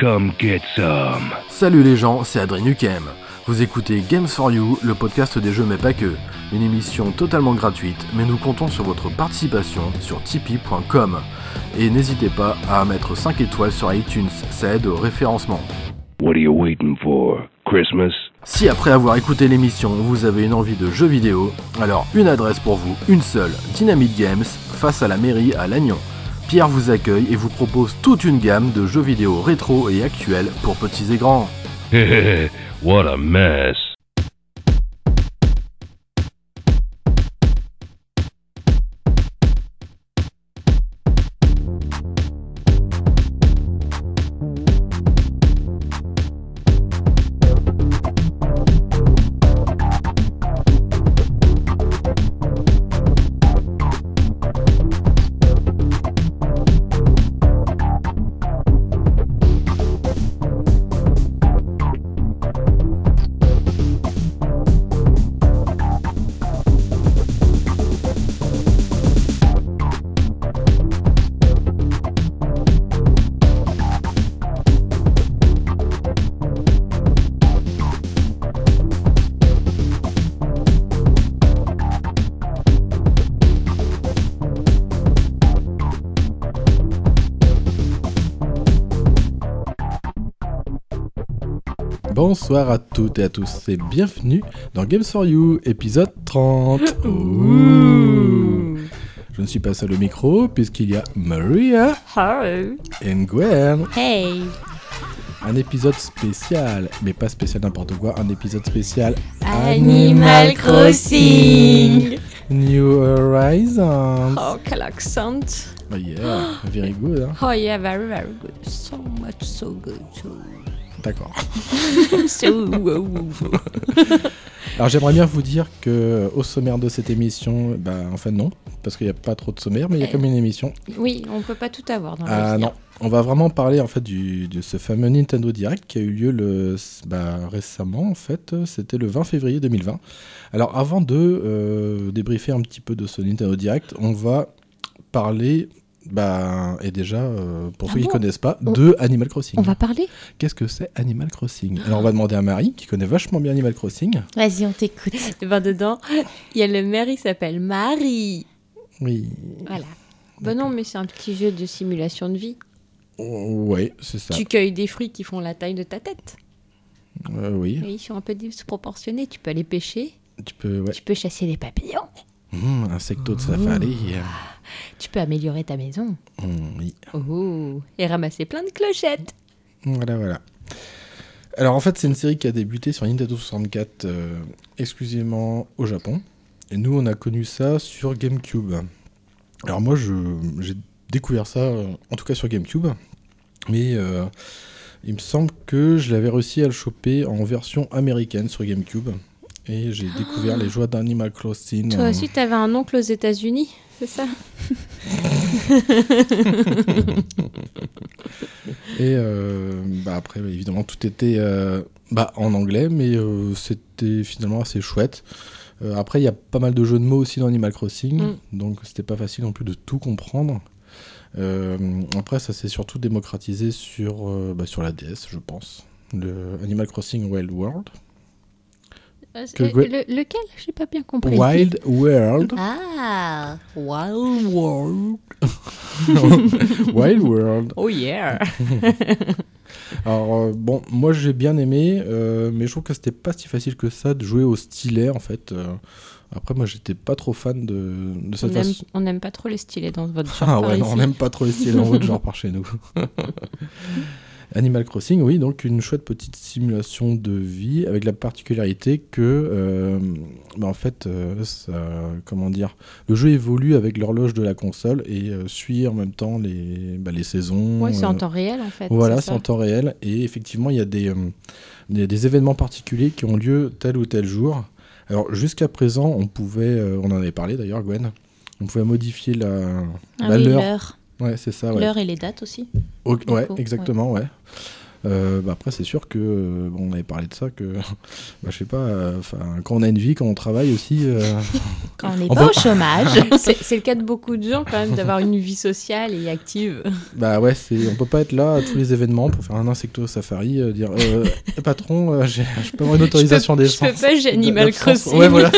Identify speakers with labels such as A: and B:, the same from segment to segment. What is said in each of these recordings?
A: Come get some.
B: Salut les gens, c'est Adrien Nukem. Vous écoutez Games for You, le podcast des jeux mais pas que. Une émission totalement gratuite, mais nous comptons sur votre participation sur tipeee.com. Et n'hésitez pas à mettre 5 étoiles sur iTunes, ça aide au référencement.
A: What are you waiting for? Christmas?
B: Si après avoir écouté l'émission, vous avez une envie de jeux vidéo, alors une adresse pour vous, une seule, Dynamite Games, face à la mairie à Lannion. Pierre vous accueille et vous propose toute une gamme de jeux vidéo rétro et actuels pour petits et grands.
A: what a mess.
C: Bonsoir à toutes et à tous et bienvenue dans Games for You, épisode 30. Ouh. Je ne suis pas seul au micro puisqu'il y a Maria
D: Hello.
C: et Gwen.
D: Hey.
C: Un épisode spécial, mais pas spécial n'importe quoi, un épisode spécial
D: Animal Crossing.
C: New Horizons.
D: Oh, quel accent.
C: Oh yeah, very good. hein.
D: Oh yeah, very very good. So much so good. So
C: D'accord.
D: so wow, wow, wow.
C: Alors j'aimerais bien vous dire que euh, au sommaire de cette émission, bah enfin non, parce qu'il n'y a pas trop de sommaire, mais il y a
D: Eh.
C: comme une émission.
D: Oui, on peut pas tout avoir dans la
C: Ah
D: vie.
C: non, on va vraiment parler en fait du, de ce fameux Nintendo Direct qui a eu lieu le, bah, récemment en fait, c'était le 20 février 2020. Alors avant de euh, débriefer un petit peu de ce Nintendo Direct, on va parler, bah, et déjà euh, pour
D: Ah
C: ceux qui
D: bon
C: connaissent pas,
D: On-
C: de Animal Crossing.
E: On va parler
C: Qu'est-ce que c'est Animal Crossing Alors on va demander à Marie qui connaît vachement bien Animal Crossing.
E: Vas-y, on t'écoute.
D: Eh ben dedans, il y a le maire, il s'appelle Marie.
C: Oui.
D: Voilà. Bah non, mais c'est un petit jeu de simulation de vie.
C: Ouais, c'est ça.
D: Tu cueilles des fruits qui font la taille de ta tête.
C: Euh, oui.
D: Mais ils sont un peu disproportionnés. Tu peux aller pêcher.
C: Tu peux, ouais.
D: Tu peux chasser des papillons.
C: Mmh, insecto de safari.
D: Tu peux améliorer ta maison.
C: Mmh, oui.
D: Oh, et ramasser plein de clochettes.
C: Voilà, voilà. Alors en fait, c'est une série qui a débuté sur Nintendo 64 euh, exclusivement au Japon. Et nous, on a connu ça sur GameCube. Alors moi, je- j'ai découvert ça, euh, en tout cas sur GameCube. Mais euh, il me semble que je l'avais réussi à le choper en version américaine sur GameCube. Et j'ai découvert les joies d'Animal Crossing.
D: Ah. Toi
C: euh,
D: aussi, t'avais un oncle aux États-Unis, c'est ça
C: Et euh, bah après, bah, évidemment, tout était euh, bah, en anglais, mais euh, c'était finalement assez chouette. Euh, après, il y a pas mal de jeux de mots aussi dans Animal Crossing,
D: Mm.
C: donc c'était pas facile non plus de tout comprendre. Euh, après, ça s'est surtout démocratisé sur, euh, bah, sur la DS, je pense. Le Animal Crossing Wild World. Que-
D: Euh, le- Lequel J'ai pas bien compris.
C: Wild World.
D: Ah Wild World
C: Wild World.
D: Oh yeah
C: Alors euh, bon, moi j'ai bien aimé, euh, mais je trouve que c'était pas si facile que ça de jouer au stylet en fait. Euh, après moi j'étais pas trop fan de, de
D: On
C: cette
D: aime,
C: façon.
D: on aime pas trop les stylés dans votre genre.
C: Ah
D: par
C: ouais, non,
D: ici.
C: on n'aime pas trop les stylets en haut de genre par chez nous. Animal Crossing, oui, donc une chouette petite simulation de vie avec la particularité que, euh, bah, en fait, euh, ça- comment dire, le jeu évolue avec l'horloge de la console et euh, suit en même temps les, bah, les saisons.
D: Ouais, c'est
C: euh,
D: en temps réel en fait.
C: voilà, c'est
D: ça
C: en temps réel. Et effectivement, il y a des, euh, des, des événements particuliers qui ont lieu tel ou tel jour. Alors, jusqu'à présent, on pouvait, euh, on en avait parlé d'ailleurs, Gwen, on pouvait modifier la, la
E: Ah oui,
D: Bah,
C: l'heure.
E: l'heure.
C: Ouais, c'est ça, ouais.
E: L'heure et les dates aussi.
C: Ok, ouais,
E: coup,
C: exactement, ouais. Euh, bah après, c'est sûr que, euh, bon, on avait parlé de ça, que, bah, je sais pas, euh, 'fin, quand on a une vie, quand on travaille aussi, euh,
E: Quand on n'est
C: On
E: pas
C: peut
E: au chômage.
D: C'est c'est le cas de beaucoup de gens quand même d'avoir une vie sociale et active.
C: bah ouais, c'est, on peut pas être là à tous les événements pour faire un insecto safari, euh, dire euh, Eh, patron, euh, j'ai- je peux avoir une autorisation
D: je peux,
C: d'essence.
D: je peux pas, j'ai Animal
C: d'absence.
D: Crossing.
C: Ouais, voilà.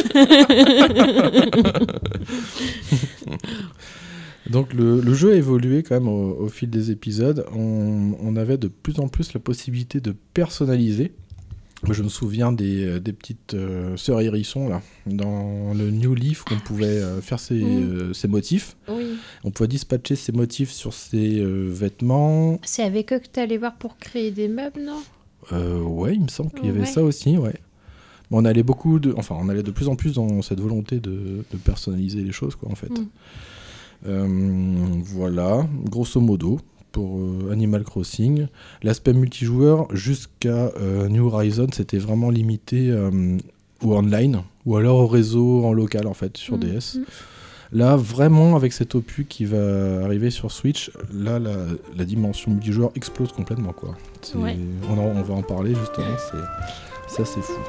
C: Donc le, le jeu a évolué quand même au, au fil des épisodes. On, on avait de plus en plus la possibilité de personnaliser. Moi, Je me souviens des, euh, des petites euh, sœurs hérissons là, dans le New Leaf, on pouvait euh, faire ses,
D: Mm.
C: euh, ses motifs.
D: Oui.
C: On pouvait dispatcher ses motifs sur ses euh, vêtements.
D: C'est avec eux que t'es allé voir pour créer des meubles, non
C: Euh, ouais, il me semble qu'il y avait
D: Ouais.
C: ça aussi, ouais. Mais on allait beaucoup de, enfin, on allait de plus en plus dans cette volonté de, de personnaliser les choses, quoi, en fait.
D: Mm.
C: Euh, voilà, grosso modo, pour euh, Animal Crossing. L'aspect multijoueur jusqu'à euh, New Horizon, c'était vraiment limité euh, au online ou alors au réseau en local, en fait, sur
D: Mm.
C: DS.
D: Mm.
C: Là, vraiment, avec cet opus qui va arriver sur Switch, là, la, la dimension multijoueur explose complètement, quoi. C'est-
D: Ouais.
C: On, en- on va en parler justement, c'est... ça c'est fou.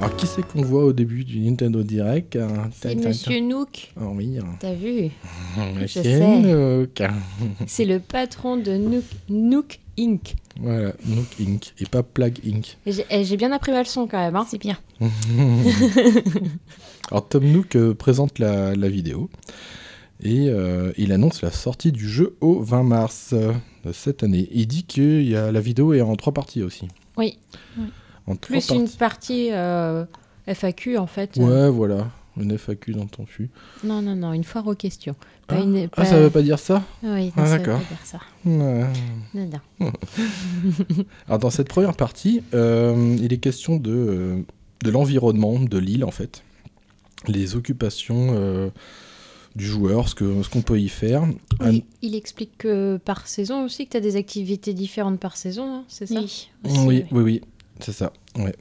C: Alors qui c'est qu'on voit au début du Nintendo Direct hein
D: C'est
C: Tin, tin,
D: Monsieur Nook.
C: tin. Oh oui, hein.
D: T'as vu
C: La
D: sais.
C: chienne, euh, car-
D: C'est le patron de Nook, Nook Inc.
C: Voilà, Nook Inc. et pas Plague Inc.
D: Et J'ai eh, j'ai bien appris ma leçon quand même. hein.
E: C'est bien.
C: Alors Tom Nook euh, présente la, la vidéo et euh, il annonce la sortie du jeu au 20 mars euh, de cette année. Il dit que il y a, la vidéo est en trois parties aussi.
D: Oui.
E: Oui.
C: En trois
D: Plus une
C: parties.
D: partie euh, FAQ en fait. euh,
C: Ouais, voilà, une FAQ dans ton fût.
D: Non, non, non, une foire aux questions. Pas
C: Ah.
D: une-
C: Ah,
D: pas-
C: ça veut pas dire ça
D: Oui, non,
C: Ah,
D: ça veut
C: d'accord.
D: pas dire ça.
C: Ouais.
D: Non, non.
C: Alors dans cette première partie, euh, il est question de, euh, de l'environnement de l'île en fait, les occupations euh, du joueur, ce que- ce qu'on peut y faire. Un-
D: Il, il explique que par saison aussi, que tu as des activités différentes par saison, hein, c'est ça
E: Oui.
D: aussi,
C: oui,
D: ouais.
C: oui, oui, c'est ça. Ouais.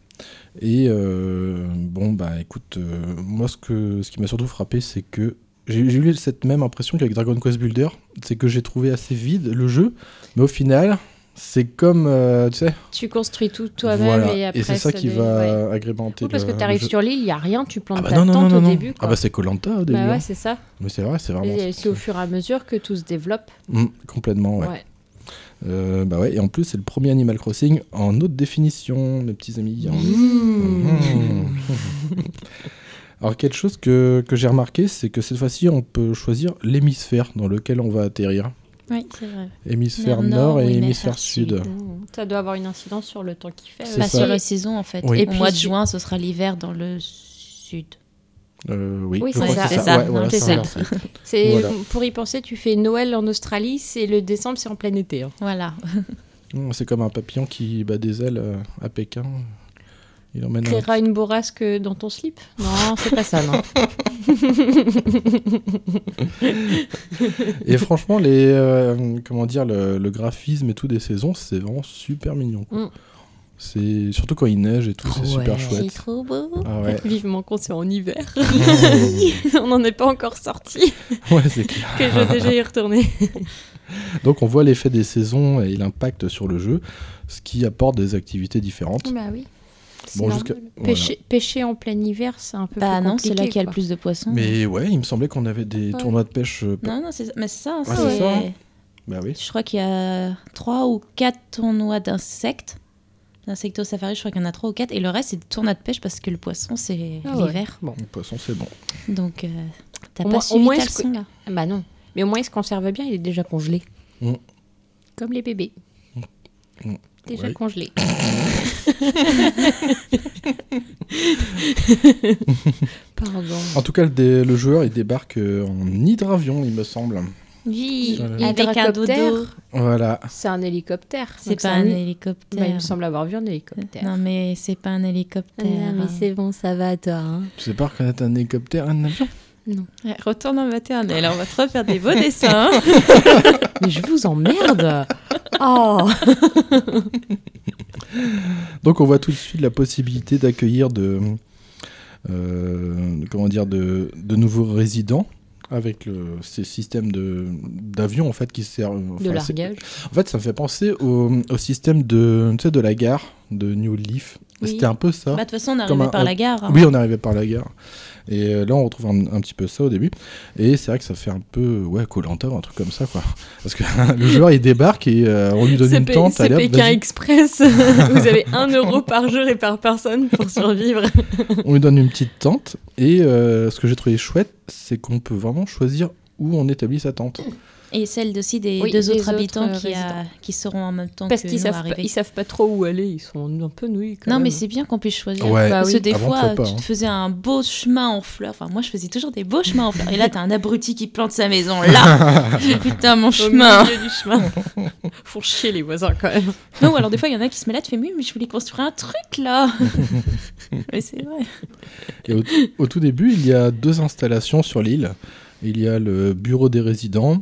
C: Et euh, bon, bah écoute, euh, moi ce, que, ce qui m'a surtout frappé, c'est que j'ai j'ai eu cette même impression qu'avec Dragon Quest Builder, c'est que j'ai trouvé assez vide le jeu, mais au final, c'est comme, euh, tu sais,
D: Tu construis tout toi-même
C: voilà.
D: et après.
C: c'est ça qui
D: devient- ouais.
C: va agrémenter
D: Oui, parce que
C: le-
D: tu
C: le
D: arrives
C: jeu.
D: sur l'île, il n'y a rien, tu plantes
C: Ah bah
D: ta
C: non, non, non,
D: tente
C: non,
D: au
C: non.
D: début. Quoi.
C: Ah bah c'est Colanta au début.
D: Bah
C: hein.
D: ouais, c'est ça.
C: Mais c'est vrai, c'est vraiment.
D: Et c'est au fur et à mesure que tout se développe.
C: Mm, complètement, ouais.
D: Ouais.
C: Euh, bah ouais, et en plus, c'est le premier Animal Crossing en haute définition, mes petits amis. En- Mhm. Alors, quelque chose que, que j'ai remarqué, c'est que cette fois-ci, on peut choisir l'hémisphère dans lequel on va atterrir.
E: Oui, c'est vrai.
C: Hémisphère
E: Mer
C: nord,
E: nord ou
C: et
E: hémisphère
C: hémisphère sud.
D: Mmh. Ça doit avoir une incidence sur le temps qu'il fait.
C: C'est
E: Pas
D: aussi.
C: ça.
E: sur les saisons en fait.
C: Oui.
E: Et
D: Et
E: au
D: puis,
E: mois de
D: c'est-
E: juin, ce sera l'hiver dans le sud.
C: Euh, oui,
D: Oui,
C: je
D: c'est
C: crois
D: ça.
C: que
D: C'est ça.
C: Ouais,
E: Non,
C: voilà,
E: c'est
C: c'est
E: ça.
C: inversé.
D: C'est-
C: Voilà.
D: Pour y penser, tu fais Noël en Australie, c'est le décembre, c'est en plein été. hein.
E: Voilà.
C: Mm, C'est comme un papillon qui bat des ailes euh, à Pékin. Il emmène un-
D: Créera une bourrasque dans ton slip Non, c'est pas ça, non.
C: Et franchement, les, euh, comment dire, le, le graphisme et tout des saisons, c'est vraiment super mignon. quoi.
D: Mm.
C: C'est surtout quand il neige et tout, c'est
D: Ouais.
C: super
E: C'est
C: chouette.
E: trop beau.
C: Ah ouais,
D: Vivement qu'on c'est en hiver.
C: ouais
D: On n'en est pas encore sorti,
C: c'est clair.
D: que je veux déjà y retourner.
C: Donc on voit l'effet des saisons et l'impact sur le jeu, ce qui apporte des activités différentes.
D: Bah oui. C'est
C: Bon,
D: normal.
C: jusqu'à-
D: Pêcher, pêcher en plein hiver, c'est un peu
E: Bah
D: plus
E: non, c'est là
D: compliqué,
E: qu'il y a le
D: quoi.
E: plus de
D: hein.
E: poissons.
C: Mais ouais, il me semblait qu'on avait des
E: Ouais.
C: tournois de pêche. euh,
E: Non, non, c'est ça. Mais c'est ça. hein,
C: Ouais,
E: c'est-
C: c'est ça. Bah oui.
E: Je crois qu'il y a trois ou quatre tournois d'insectes. D'insectos safari, je crois qu'il y en a trois ou quatre. Et le reste, c'est des tournois de pêche parce que le poisson, c'est
D: Ah ouais.
E: l'hiver.
D: Bon.
C: Le poisson, c'est bon.
E: Donc, euh,
D: Au
E: t'as pas
D: moins- au
E: suivi
D: moins,
E: ta
D: est-ce que-
E: leçon, là.
D: Ah Bah non. Mais au moins, il se conserve bien, il est déjà congelé.
C: Mm.
D: Comme les bébés.
C: Mm.
D: Déjà
C: Ouais.
D: congelé. Pardon.
C: En tout cas, le, dé- le joueur, il débarque euh, en hydravion, il me semble.
E: Oui,
C: Sur le-
E: avec un dodo.
D: Hydracoptère.
C: Voilà.
D: C'est un hélicoptère.
E: C'est
D: donc
E: pas un
D: hy-
E: hélicoptère.
D: Bah, il me semble avoir vu un hélicoptère.
E: Non, mais c'est pas un hélicoptère.
D: bon, ça va, toi. hein.
C: Tu sais pas reconnaître un hélicoptère, un avion
E: Ouais, retourne en maternelle, on va te refaire des beaux dessins. hein.
D: Mais je vous emmerde Oh
C: Donc on voit tout de suite la possibilité d'accueillir de, euh, comment dire, de, de nouveaux résidents avec le, ces systèmes de- d'avions en fait qui servent.
D: De
C: enfin,
D: largage.
C: c'est- En fait, ça me fait penser au, au système de, tu sais, de la gare de New Leaf.
E: Oui.
C: C'était un peu ça.
E: Bah, de toute façon, on est
C: Comme
E: arrivé
C: un-
E: par la gare. hein.
C: Oui, on arrivait par la gare. Et euh, là, on retrouve un, un petit peu ça au début. Et c'est vrai que ça fait un peu, ouais, Colanta, un truc comme ça, quoi. Parce que le joueur, il débarque et euh, on lui donne une tente. allez, hop, vas-y.
D: Express. vous avez 1 euro par jour et par personne pour survivre.
C: On lui donne une petite tente et euh, ce que j'ai trouvé chouette, c'est qu'on peut vraiment choisir où on établit sa tente.
E: Et celle aussi des
D: Oui,
E: deux
D: des
E: autres
D: autres,
E: habitants
D: euh,
E: qui, a- qui seront en même temps
D: Parce
E: que
D: qu'ils
E: nous
D: savent, pas-
E: arrivés.
D: ils savent pas trop où aller, ils sont un peu nouilles quand
E: Non,
D: même.
E: mais c'est bien qu'on puisse choisir.
C: Ouais.
D: Bah
E: Parce que
D: oui.
E: des
C: Avant, on
E: fois,
C: pouvait pas,
E: tu
C: hein.
E: te faisais un beau chemin en fleurs. Enfin, moi, je faisais toujours des beaux chemins en fleurs. Et là, t'as un abruti qui plante sa maison là. J'ai dit, Putain, mon chemin.
D: milieu du chemin. Font chier les voisins quand même.
E: Non, ou alors des fois, il y en a qui se met là, tu fais, oui, mais je voulais construire un truc là. mais c'est vrai.
C: Et au, au tout début, il y a deux installations sur l'île. Il y a le bureau des résidents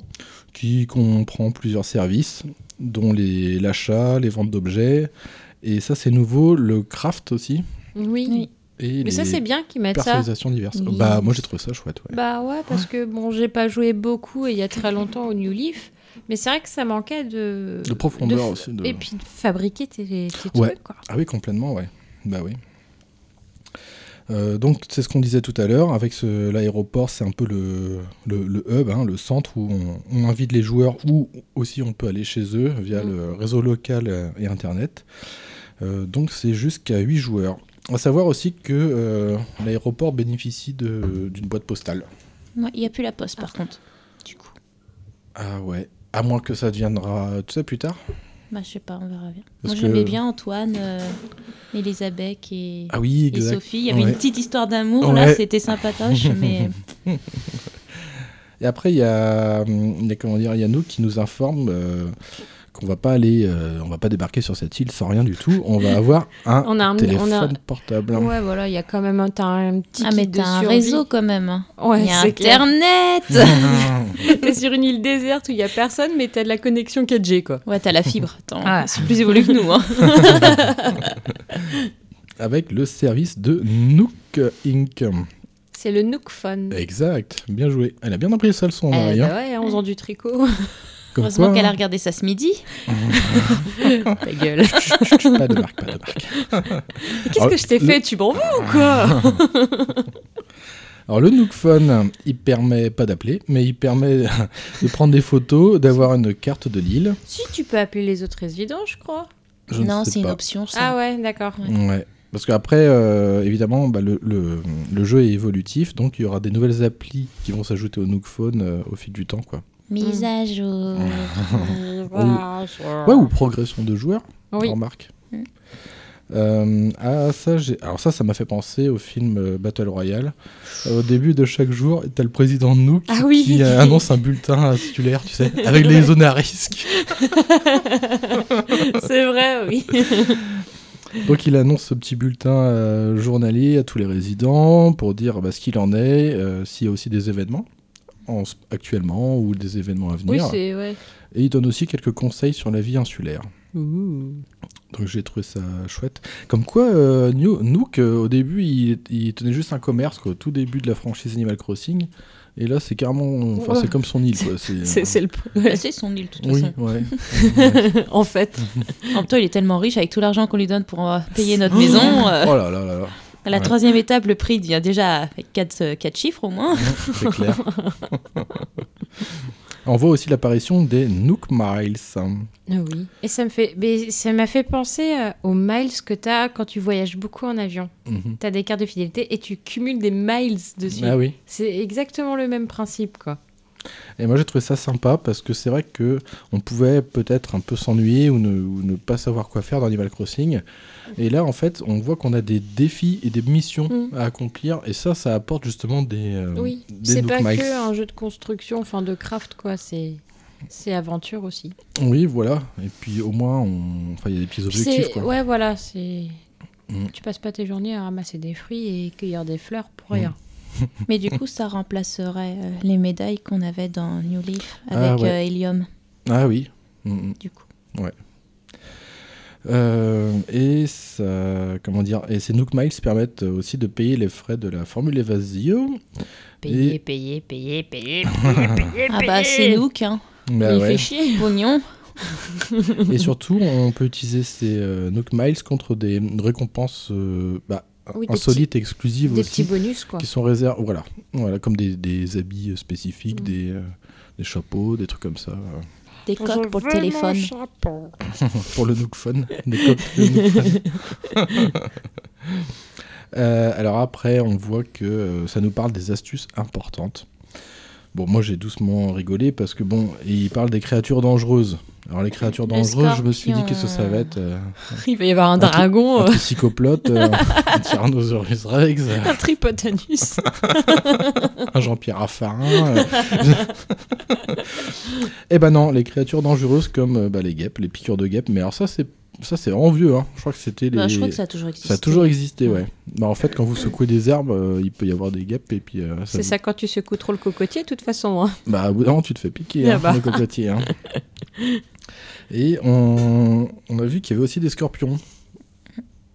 C: qui comprend plusieurs services, dont les- l'achat, les ventes d'objets. Et ça, c'est nouveau, le craft aussi.
D: Oui.
E: Oui.
C: Et
D: Mais
C: les
D: ça, c'est bien qu'ils mettent ça.
C: personnalisations diverses.
E: Oui.
C: Bah, moi, j'ai trouvé ça chouette. ouais.
D: Bah ouais, parce que bon, j'ai pas joué beaucoup et il y a très longtemps au New Leaf, mais c'est vrai que ça manquait de.
C: De profondeur
D: de-
C: aussi, de-
D: Et puis de fabriquer tes, tes
C: Ouais.
D: trucs, quoi.
C: Ah oui, complètement, ouais. Bah oui. Euh, donc c'est ce qu'on disait tout à l'heure, avec ce- l'aéroport c'est un peu le, le, le hub, hein, le centre où on, on invite les joueurs ou aussi on peut aller chez eux via le réseau local euh, et internet. Euh, donc c'est jusqu'à 8 joueurs. À savoir aussi que euh, l'aéroport bénéficie de- d'une boîte postale.
E: Non, Il n'y a plus la poste, par contre. Du coup,
C: Ah ouais, à moins que ça deviendra tout ça plus tard.
E: bah, je sais pas, on verra bien.
C: Parce
E: moi, j'aimais
C: que-
E: bien Antoine, euh, Elisabeth et.
C: Ah oui,
E: Et
C: exact.
E: Sophie, il y avait
C: Ouais.
E: une petite histoire d'amour,
C: Ouais.
E: là, c'était sympatoche, mais ah,
C: Et après, il y a, hum, il y a, comment dire, il y a nous qui nous informe euh, qu'on va pas aller, euh, on va pas débarquer sur cette île sans rien du tout. On va avoir un
D: On a un. On
C: téléphone
D: a...
C: portable.
D: Ouais, voilà, il y a quand même un, t'as un petit.
E: ah
D: kit
E: mais
D: de
E: t'as un
D: survie.
E: réseau quand même. hein.
D: Ouais,
E: il y a
D: c'est clair.
E: Internet.
D: T'es sur une île déserte où il y a personne, mais t'as de la connexion 4G, quoi.
E: ouais, t'as la fibre. Attends,
D: Ah.
E: c'est plus évolué que nous. Hein.
C: Avec le service de Nook Inc.
D: C'est le Nook Phone.
C: Exact, bien joué. Elle a bien appris sa leçon,
D: Eh,
C: Marie. hein.
D: bah ouais, en faisant du tricot.
C: Comme
E: Heureusement
C: quoi,
E: qu'elle a
C: hein.
E: regardé ça ce midi.
D: Ta gueule.
C: Chut, chut, chut, hein. pas de marque, pas de marque.
D: Qu'est-ce que je t'ai
C: le-
D: fait Tu m'en veux ou quoi
C: Alors le Nook Phone, il permet pas d'appeler, mais il permet de prendre des photos, d'avoir une carte de l'île.
D: Si, tu peux appeler les autres résidents, je crois.
C: Je ne
E: Non,
C: sais
E: c'est une
C: pas.
E: option. Ça.
D: Ah ouais, d'accord.
C: Ouais. Parce qu'après, euh, évidemment, bah, le, le- le jeu est évolutif, donc il y aura des nouvelles applis qui vont s'ajouter au Nook Phone euh, au fil du temps. Quoi.
E: Mise
D: Mm.
E: à jour.
C: Ouais, ou progression de joueurs,
D: Ah. Oui.
C: remarque.
E: Mm.
C: Euh, ah, ça, j'ai- Alors ça, ça m'a fait penser au film euh, Battle Royale. Euh, au début de chaque jour, t'as le président Nook
D: Ah oui.
C: qui euh, annonce un bulletin titulaire, tu sais, avec les zones à risque.
D: C'est vrai, oui.
C: Donc il annonce ce petit bulletin euh, journalier à tous les résidents pour dire bah, ce qu'il en est, euh, s'il y a aussi des événements en ce- actuellement ou des événements à
D: Oui,
C: venir.
D: c'est ouais.
C: et il donne aussi quelques conseils sur la vie insulaire. Donc j'ai trouvé ça chouette. Comme quoi, euh, New- Nook, euh, au début, il, il tenait juste un commerce, quoi, au tout début de la franchise Animal Crossing. Et là, c'est carrément... Enfin,
D: Ouais.
C: c'est comme son île, quoi. C'est, euh,
D: C'est c'est le
E: Bah,
D: ouais.
E: c'est son île de toute
C: Oui,
E: façon.
C: ouais.
D: en fait.
E: En même temps, il est tellement riche avec tout l'argent qu'on lui donne pour euh, payer notre maison. euh,
C: Oh là là là là,
E: à la
C: Ouais.
E: troisième étape, le prix devient déjà avec quatre, euh, quatre chiffres au moins.
C: c'est clair. On voit aussi l'apparition des Nook Miles. hein.
D: Ah oui. Et ça me fait mais ça m'a fait penser euh, aux miles que tu as quand tu voyages beaucoup en avion.
C: Mhm.
D: Tu as des cartes de fidélité et tu cumules des miles dessus.
C: Ah oui.
D: C'est exactement le même principe quoi.
C: Et moi j'ai trouvé ça sympa parce que c'est vrai que on pouvait peut-être un peu s'ennuyer ou ne, ou ne pas savoir quoi faire dans Animal Crossing. Et là en fait on voit qu'on a des défis et des missions
D: Mm.
C: à accomplir et ça ça apporte justement des, euh,
D: Oui,
C: des
D: c'est
C: Nook
D: pas
C: Mikes.
D: que un jeu de construction, enfin de craft, quoi. C'est c'est aventure aussi.
C: Oui voilà. Et puis au moins on... enfin il y a des petits
D: Puis
C: objectifs
D: c'est-
C: quoi.
D: Ouais, voilà, c'est.
C: Mm.
D: Tu passes pas tes journées à ramasser des fruits et cueillir des fleurs pour rien.
C: Mm.
E: Mais du coup, ça remplacerait euh, les médailles qu'on avait dans New Leaf
C: Ah,
E: avec
C: ouais.
E: euh, Helium,
C: Ah oui. Mm, mm.
E: du coup.
C: Euh, et ça, comment dire, et ces Nook Miles permettent aussi de payer les frais de la formule Evasio.
D: Payer,
C: Et-
D: payer, payer, payer.
E: Ah bah, c'est Nook, hein.
C: Bah
E: Il
C: ouais.
E: fait chier. Pognon.
C: Et surtout, on peut utiliser ces euh, Nook Miles contre des récompenses euh, bah,
D: Oui, des
C: insolites et exclusives
D: Des petits
C: aussi,
D: bonus, quoi.
C: qui sont réservées, voilà, voilà, comme des, des habits euh, spécifiques,
D: Mm.
C: des, euh, des chapeaux, des trucs comme ça, euh,
E: Des coques pour le téléphone.
C: pour le Nook Phone, des coques pour le Nook Phone. Euh, alors après, on voit que euh, ça nous parle des astuces importantes. Bon, moi j'ai doucement rigolé parce que bon, il parle des créatures dangereuses. Alors les créatures
E: Le
C: dangereuses, je me suis dit
E: scorpion,
C: qu'est-ce que ça va être euh,
D: Il va y avoir un
C: Un tout-
D: dragon,
E: Oh.
C: Un psychoplote, euh, un Tyrannosaurus Rex, euh,
D: un tripotanus.
C: un Jean-Pierre Raffarin. euh. Eh ben non, les créatures dangereuses comme euh, bah, les guêpes, les piqûres de guêpes. Mais alors ça, c'est ça c'est vraiment vieux. hein. Je crois que c'était les.
E: Bah, je crois que ça a toujours existé.
C: Ça a toujours existé, ouais. Bah, en fait, quand vous secouez des herbes, euh, il peut y avoir des guêpes et puis. euh, ça
D: C'est
C: vous-
D: ça quand tu secoues trop le cocotier, de toute façon. hein.
C: Bah, au bout d'un moment, tu te fais piquer,
D: Ah
C: hein,
D: bah.
C: le cocotier. hein. Et on, on a vu qu'il y avait aussi des scorpions.
E: Non,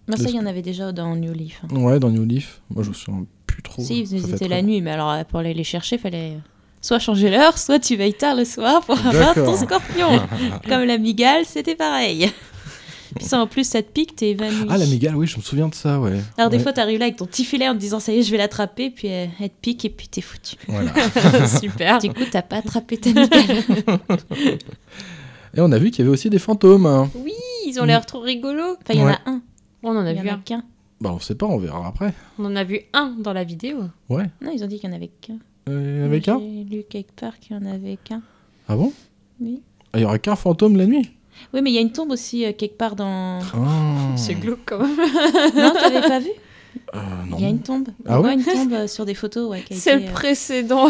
E: Bah, ça,
C: Le-
E: il y en avait déjà dans New Leaf. hein.
C: Ouais, dans New Leaf. Moi, je me souviens plus trop.
E: Si, ils
C: Ça fait
E: étaient
C: très
E: la nuit, mais alors euh, pour aller les chercher, fallait euh, soit changer l'heure, soit tu veilles tard le soir pour avoir ton
C: D'accord.
E: scorpion. Comme la migale, c'était pareil. Puis ça, en plus, ça te pique, t'es évanoui.
C: Ah, la migale, oui, je me souviens de ça, ouais.
E: alors des
C: Ouais,
E: fois, t'arrives là avec ton petit filet en te disant ça y est, je vais l'attraper, puis euh, elle te pique et puis t'es foutu.
C: voilà.
D: Super.
E: Du coup, t'as pas attrapé ta migale.
C: Et on a vu qu'il y avait aussi des fantômes. hein.
D: Ils ont l'air trop rigolos.
E: Enfin, il y en
C: Ouais.
E: a un.
D: On en a
E: Il y
D: vu
E: en a
D: un.
E: qu'un.
C: Bah, on sait pas, on verra après.
D: On en a vu un dans la vidéo.
C: Ouais.
E: Non, ils ont dit qu'il y en avait qu'un.
C: Euh, avec
E: J'ai
C: un
E: lu quelque part qu'il y en avait qu'un.
C: Ah bon
E: Oui.
C: Ah, Il y aura qu'un fantôme la nuit
E: Oui, mais il y a une tombe aussi euh, quelque part dans.
C: Ah.
D: C'est glauque quand même.
E: Non, t'avais pas vu
C: Euh, non.
E: Il y a une tombe.
C: Ah
E: On
C: ouais
E: voit une tombe euh, sur des photos. Ouais, qui a
D: C'est
E: été,
D: le
E: euh,
D: précédent.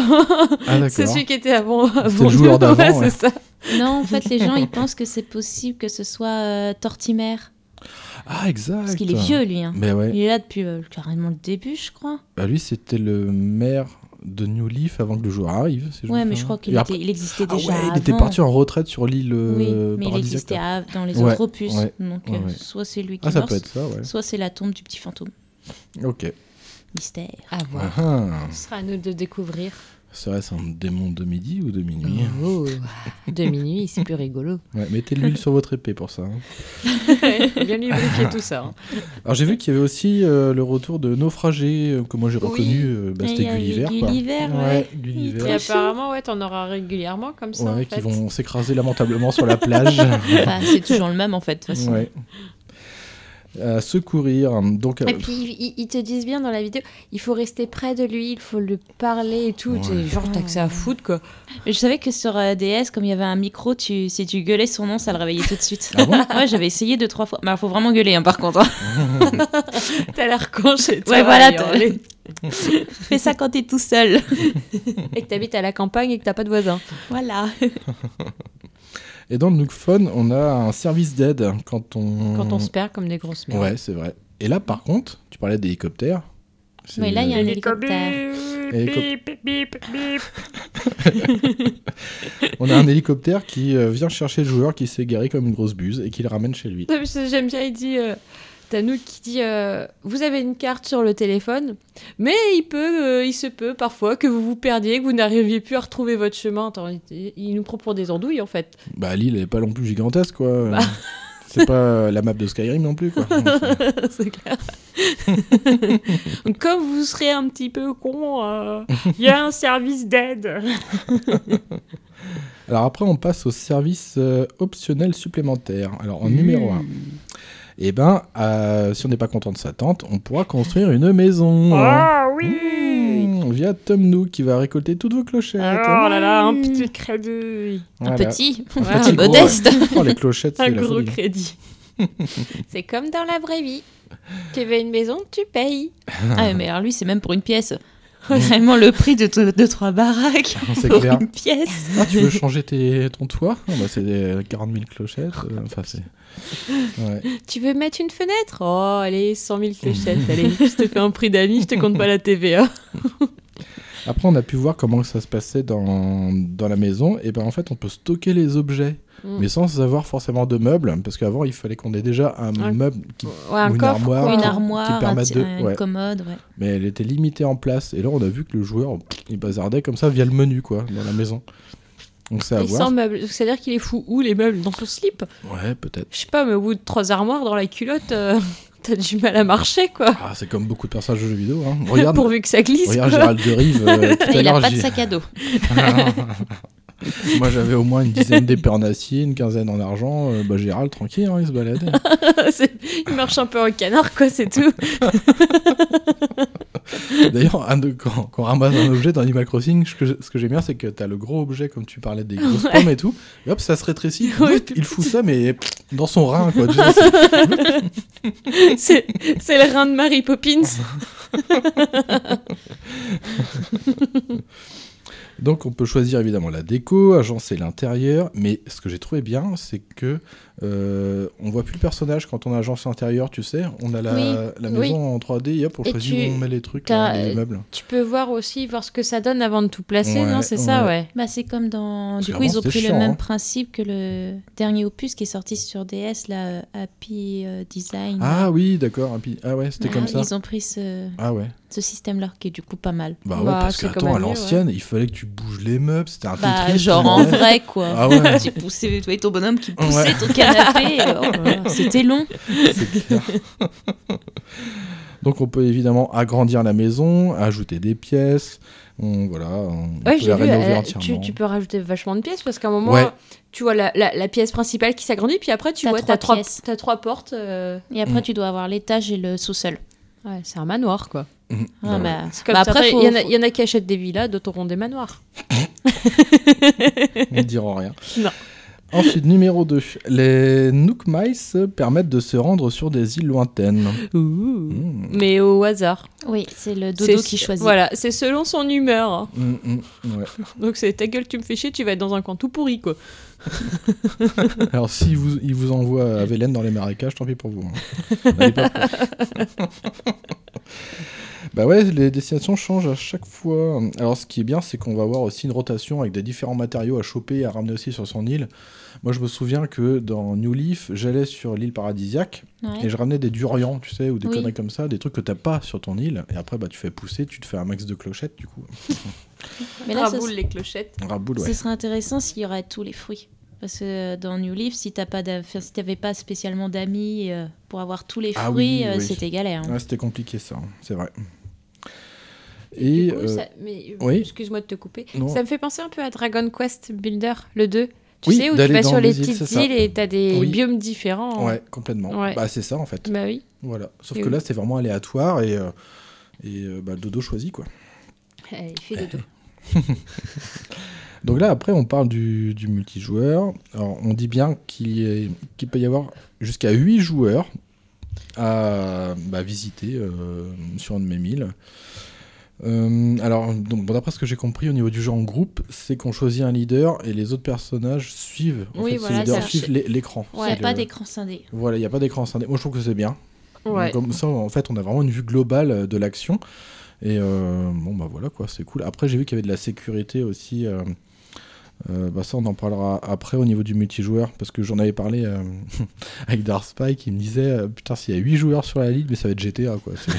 C: Ah, d'accord.
D: C'est celui qui était avant. avant
C: le joueur
D: nous.
C: d'avant,
D: Ouais,
C: ouais.
D: c'est ça.
E: Non, en fait, les gens, ils pensent que c'est possible que ce soit euh, Tortimer.
C: Ah, exact.
E: Parce qu'il est vieux, lui. hein.
C: Mais ouais.
E: Il est là depuis euh, carrément le début, je crois.
C: Bah, lui, c'était le maire de New Leaf avant que le joueur arrive. si me
E: Ouais, mais je
C: souviens.
E: crois
C: Et
E: qu'il était-
C: après-
E: il existait
C: Ah
E: déjà.
C: ouais, il était
E: avant.
C: parti en retraite sur l'île
E: Oui,
C: euh,
E: mais il
C: paradisiaque,
E: existait
C: là.
E: à- dans les
C: Ouais,
E: autres opus.
C: ouais,
E: Donc,
C: ouais,
E: euh,
C: ouais.
E: soit c'est lui qui
C: Ah, ça
E: meurt,
C: peut être ça, ouais.
E: soit c'est la tombe du petit fantôme.
C: Ok.
E: Mystère.
D: À voir.
C: Ah, ah.
D: Ce sera à nous de découvrir.
C: Serait-ce un démon de midi ou de minuit
D: Oh, de minuit, c'est plus rigolo.
C: Ouais, Mettez de l'huile sur votre épée pour ça. hein.
D: Bien lubrifier tout ça. hein.
C: Alors j'ai vu qu'il y avait aussi euh, le retour de Naufragé, euh, que moi j'ai reconnu, euh, bah,
E: Et il y
C: c'était
E: avait
C: Gulliver. quoi.
E: Gulliver, ouais.
C: Gulliver.
D: Et
E: Très chaud.
D: apparemment, ouais, t'en auras régulièrement comme ça. en
C: Ouais,
D: fait.
C: qui vont s'écraser lamentablement sur la plage.
E: Bah, c'est toujours le même, en fait, de toute façon.
C: ouais. À secourir. Donc,
D: Et
C: euh,
D: puis ils, ils te disent bien dans la vidéo, il faut rester près de lui, il faut le parler et tout.
C: Ouais.
D: T'es- Genre t'as que ça à foutre quoi.
E: Je savais que sur euh, DS, comme il y avait un micro, tu, si tu gueulais son nom, ça le réveillait tout de suite.
C: Ah bon
E: ouais, j'avais essayé deux, trois fois. Mais il faut vraiment gueuler, hein, par contre. hein.
D: T'as l'air con chez toi.
E: Ouais, voilà.
D: et
E: t'as-
D: hurler.
E: Fais ça quand t'es tout seul.
D: Et que t'habites à la campagne et que t'as pas de voisins.
E: Voilà.
C: Et dans le Nook Phone, on a un service d'aide quand on.
D: Quand on se perd comme des grosses merdes.
C: Mm. Ouais, c'est vrai. Et là, par contre, tu parlais d'hélicoptères. C'est-
E: Mais là, il y a un hélicoptère.
C: Hélicop- On a un hélicoptère qui euh, vient chercher le joueur qui s'est garé comme une grosse buse et qui le ramène chez lui.
D: Non, mais c'est- J'aime bien, il dit. euh, T'as nous qui dit euh, Vous avez une carte sur le téléphone, mais il peut, euh, il se peut parfois que vous vous perdiez, que vous n'arriviez plus à retrouver votre chemin. Attends, il, il nous prend pour des andouilles en fait.
C: Bah, l'île elle est pas non plus gigantesque, quoi. Euh,
D: Bah.
C: C'est pas euh, la map de Skyrim non plus, quoi.
D: c'est clair. Donc, comme vous serez un petit peu con, euh, il y a un service d'aide.
C: Alors après, on passe au service euh, optionnel supplémentaire. Alors en numéro 1. Eh ben, euh, si on n'est pas content de sa tente, on pourra construire une maison.
F: Ah oui
C: Mmh, via Tumnoo qui va récolter toutes vos clochettes.
D: Oh là là, un petit crédit.
E: Un
C: Voilà. Ah,
E: petit,
D: Voilà.
E: un petit
C: gros,
E: modeste.
C: Oh, les clochettes,
D: Un
C: c'est la
D: gros
C: folie.
D: crédit. c'est comme dans la vraie vie. Tu veux une maison, tu payes.
E: Ah, mais alors lui, c'est même pour une pièce. Vraiment le prix de, t- de trois baraques
C: Ah, C'est
E: pour
C: clair.
E: une pièce.
C: Ah, tu veux changer tes- ton toit Ah, bah, C'est des 40 000 clochettes. euh, Enfin, c'est. Ouais.
D: Tu veux mettre une fenêtre Oh, allez, 100 000 clochettes. allez, je te fais un prix d'amis, je te compte pas la TVA.
C: Après, on a pu voir comment ça se passait dans, dans la maison. Et ben en fait, on peut stocker les objets,
D: Mm.
C: mais sans avoir forcément de meubles, parce qu'avant, il fallait qu'on ait déjà un
D: Un-
C: meuble. Qui...
D: Ouais, un
C: Ou une
D: coffre,
C: armoire,
D: quoi.
E: Une
C: Ah, qui-
E: armoire, un
C: permettent
E: ti-
C: de-
E: une
C: ouais.
E: commode. ouais.
C: Mais elle était limitée en place. Et là, on a vu que le joueur, il bazardait comme ça via le menu, quoi, dans la maison. Donc c'est à
D: Et sans
C: voir.
D: meubles. Donc, C'est-à-dire qu'il est fou où les meubles Dans son slip
C: Ouais, peut-être.
D: Je sais pas, mais au bout de trois armoires dans la culotte, euh, t'as du mal à marcher, quoi.
C: Ah, c'est comme beaucoup de personnages de jeux vidéo. Hein. Regarde,
D: Pourvu que ça glisse,
C: regarde
D: quoi.
C: Gérald de Rive. euh, tout
E: Et
C: à
E: il
C: l'heure,
E: a pas de
C: j'y-
E: sac à dos.
C: Moi, j'avais au moins une dizaine d'épées en acier, une quinzaine en argent. Euh, bah, Gérald, tranquille, hein, il se balade.
D: C'est- Il marche un peu en canard, quoi, c'est tout.
C: D'ailleurs, un de- quand, quand on ramasse un objet dans Animal Crossing, ce que j'ai- ce que j'aime bien, c'est que t'as le gros objet, comme tu parlais des grosses
D: Ouais.
C: pommes et tout, et hop, ça se rétrécit.
D: Ouais,
C: Bout,
D: puis-
C: il fout ça, mais dans son rein, quoi. Tu sais, c'est-
D: C'est c'est le rein de Mary Poppins.
C: Donc, on peut choisir évidemment la déco, agencer l'intérieur, mais ce que j'ai trouvé bien, c'est que euh, on voit plus le personnage quand on agence l'intérieur, tu sais. On a la,
D: Oui,
C: la
D: oui.
C: maison en 3D, et hop, on
D: Et
C: choisit
D: tu-
C: où on met les trucs,
D: t'as-
C: là, les meubles.
D: Tu peux voir aussi, voir ce que ça donne avant de tout placer,
C: Ouais,
D: non C'est ça, ouais.
E: Bah, c'est comme dans.
C: Parce
E: Du
C: que
E: coup, ils
C: vraiment,
E: ont
C: c'était
E: pris
C: chiant,
E: le même
C: hein.
E: principe que le dernier opus qui est sorti sur DS, là, euh, Happy euh, Design.
C: Ah oui, d'accord. et puis- Ah ouais, c'était
E: Ah,
C: comme ça.
E: Ils ont pris ce,
C: Ah ouais.
E: ce système-là qui est du coup pas mal.
C: Bah ouais,
D: Bah,
C: parce que
D: c'est quand
C: attends,
D: même
C: à
D: mieux, ouais.
C: l'ancienne, il fallait que tu bouges les meubles, c'était un
E: Bah,
C: Tetris,
E: genre
C: tu
E: en
C: vois.
E: vrai, quoi.
C: Ah ouais,
E: Tu poussais, tu voyais ton bonhomme qui poussait
C: Ouais.
E: ton canapé. et, oh là là, C'était long.
C: c'est clair. Donc on peut évidemment agrandir la maison, ajouter des pièces, on, voilà, on
D: Ouais,
C: peut
D: j'ai
C: la
D: vu,
C: rénover
D: euh,
C: entièrement.
D: tu, tu peux rajouter vachement de pièces parce qu'à un moment,
C: Ouais.
D: tu vois la, la- la pièce principale qui s'agrandit, puis après, tu
E: T'as
D: vois,
E: trois
D: t'as trois,
E: pièces.
D: t'as trois portes. euh,
E: Et après,
C: Mm.
E: tu dois avoir l'étage et le sous-sol.
D: Ouais, c'est un manoir, quoi.
C: Mhm.
E: Ah,
C: Bah ouais.
E: bah,
D: C'est comme
E: bah,
D: ça.
E: après,
D: il
E: faut-
D: y, en a-
E: faut-
D: il y en a qui achètent des villas, d'autres auront des manoirs.
C: On ne dira rien.
D: Non.
C: Ensuite, numéro 2. Les Nook Mice permettent de se rendre sur des îles lointaines. Mmh,
D: Mais au hasard.
E: Oui, c'est le dodo
D: C'est-
E: qui choisit.
D: Voilà, c'est selon son humeur. hein.
C: mmh, mmh, ouais.
D: Donc c'est ta gueule, tu me fais chier, tu vas être dans un coin tout pourri, quoi.
C: Alors, si vous, il vous envoie à Vélène dans les marécages, tant pis pour vous. hein. N'allez pas plus. bah ouais, les destinations changent à chaque fois. Alors, ce qui est bien, c'est qu'on va avoir aussi une rotation avec des différents matériaux à choper et à ramener aussi sur son île. Moi, je me souviens que dans New Leaf, j'allais sur l'île paradisiaque
E: Ouais.
C: et je ramenais des durians, tu sais, ou des
E: Oui.
C: conneries comme ça, des trucs que t'as pas sur ton île. Et après, bah, tu fais pousser, tu te fais un max de clochettes, du coup.
E: Mais là, ce,
D: Raboule les clochettes.
C: Raboule,
E: ce
C: ouais.
E: serait intéressant s'il y aurait tous les fruits. Parce que euh, dans New Leaf, si t'as pas d'a- enfin, si t'avais pas spécialement d'amis euh, pour avoir tous les fruits,
C: Ah oui,
E: euh,
C: oui.
E: c'était galère. hein.
C: Ouais, C'était compliqué, ça, hein. c'est vrai.
D: Du
C: Et.
D: coup,
C: euh,
D: ça- mais, euh,
C: oui.
D: Excuse-moi de te couper.
C: Non.
D: Ça me fait penser un peu à Dragon Quest Builder, le 2. Tu
C: Oui,
D: sais, où tu
C: d'aller
D: vas
C: dans
D: sur les
C: les îles, c'est
D: petites
C: ça.
D: îles et t'as des
C: Oui.
D: biomes différents.
C: Ouais, complètement.
D: Ouais.
C: Bah, c'est ça en fait.
D: Bah oui.
C: Voilà. Sauf
D: Et
C: que
D: oui.
C: là, c'est vraiment aléatoire et, euh, et euh, bah, le dodo choisit quoi.
D: Eh, Il fait des dos.
C: Donc là, après, on parle du, du multijoueur. Alors, on dit bien qu'il y ait- qu'il peut y avoir jusqu'à 8 joueurs à bah, visiter euh, sur une même île. Euh, alors, donc, bon, d'après ce que j'ai compris au niveau du jeu en groupe, c'est qu'on choisit un leader et les autres personnages suivent. En
D: Oui,
C: fait,
D: voilà,
C: ces leaders
D: ça.
C: suivent l'é- l'écran.
E: Il
D: Ouais,
E: n'y
C: C'est
E: a pas
C: le-
E: d'écran scindé.
C: Voilà, il n'y a pas d'écran scindé. Moi, je trouve que c'est bien.
D: Ouais.
C: Donc, Comme ça, en fait, on a vraiment une vue globale euh, de l'action. Et euh, bon, bah voilà, quoi, c'est cool. Après, j'ai vu qu'il y avait de la sécurité aussi. euh, euh, bah ça, on en parlera après au niveau du multijoueur, parce que j'en avais parlé euh, avec Dark Spy qui me disait euh, Putain, s'il y a 8 joueurs sur la ligue, mais ça va être GTA, quoi. C'est-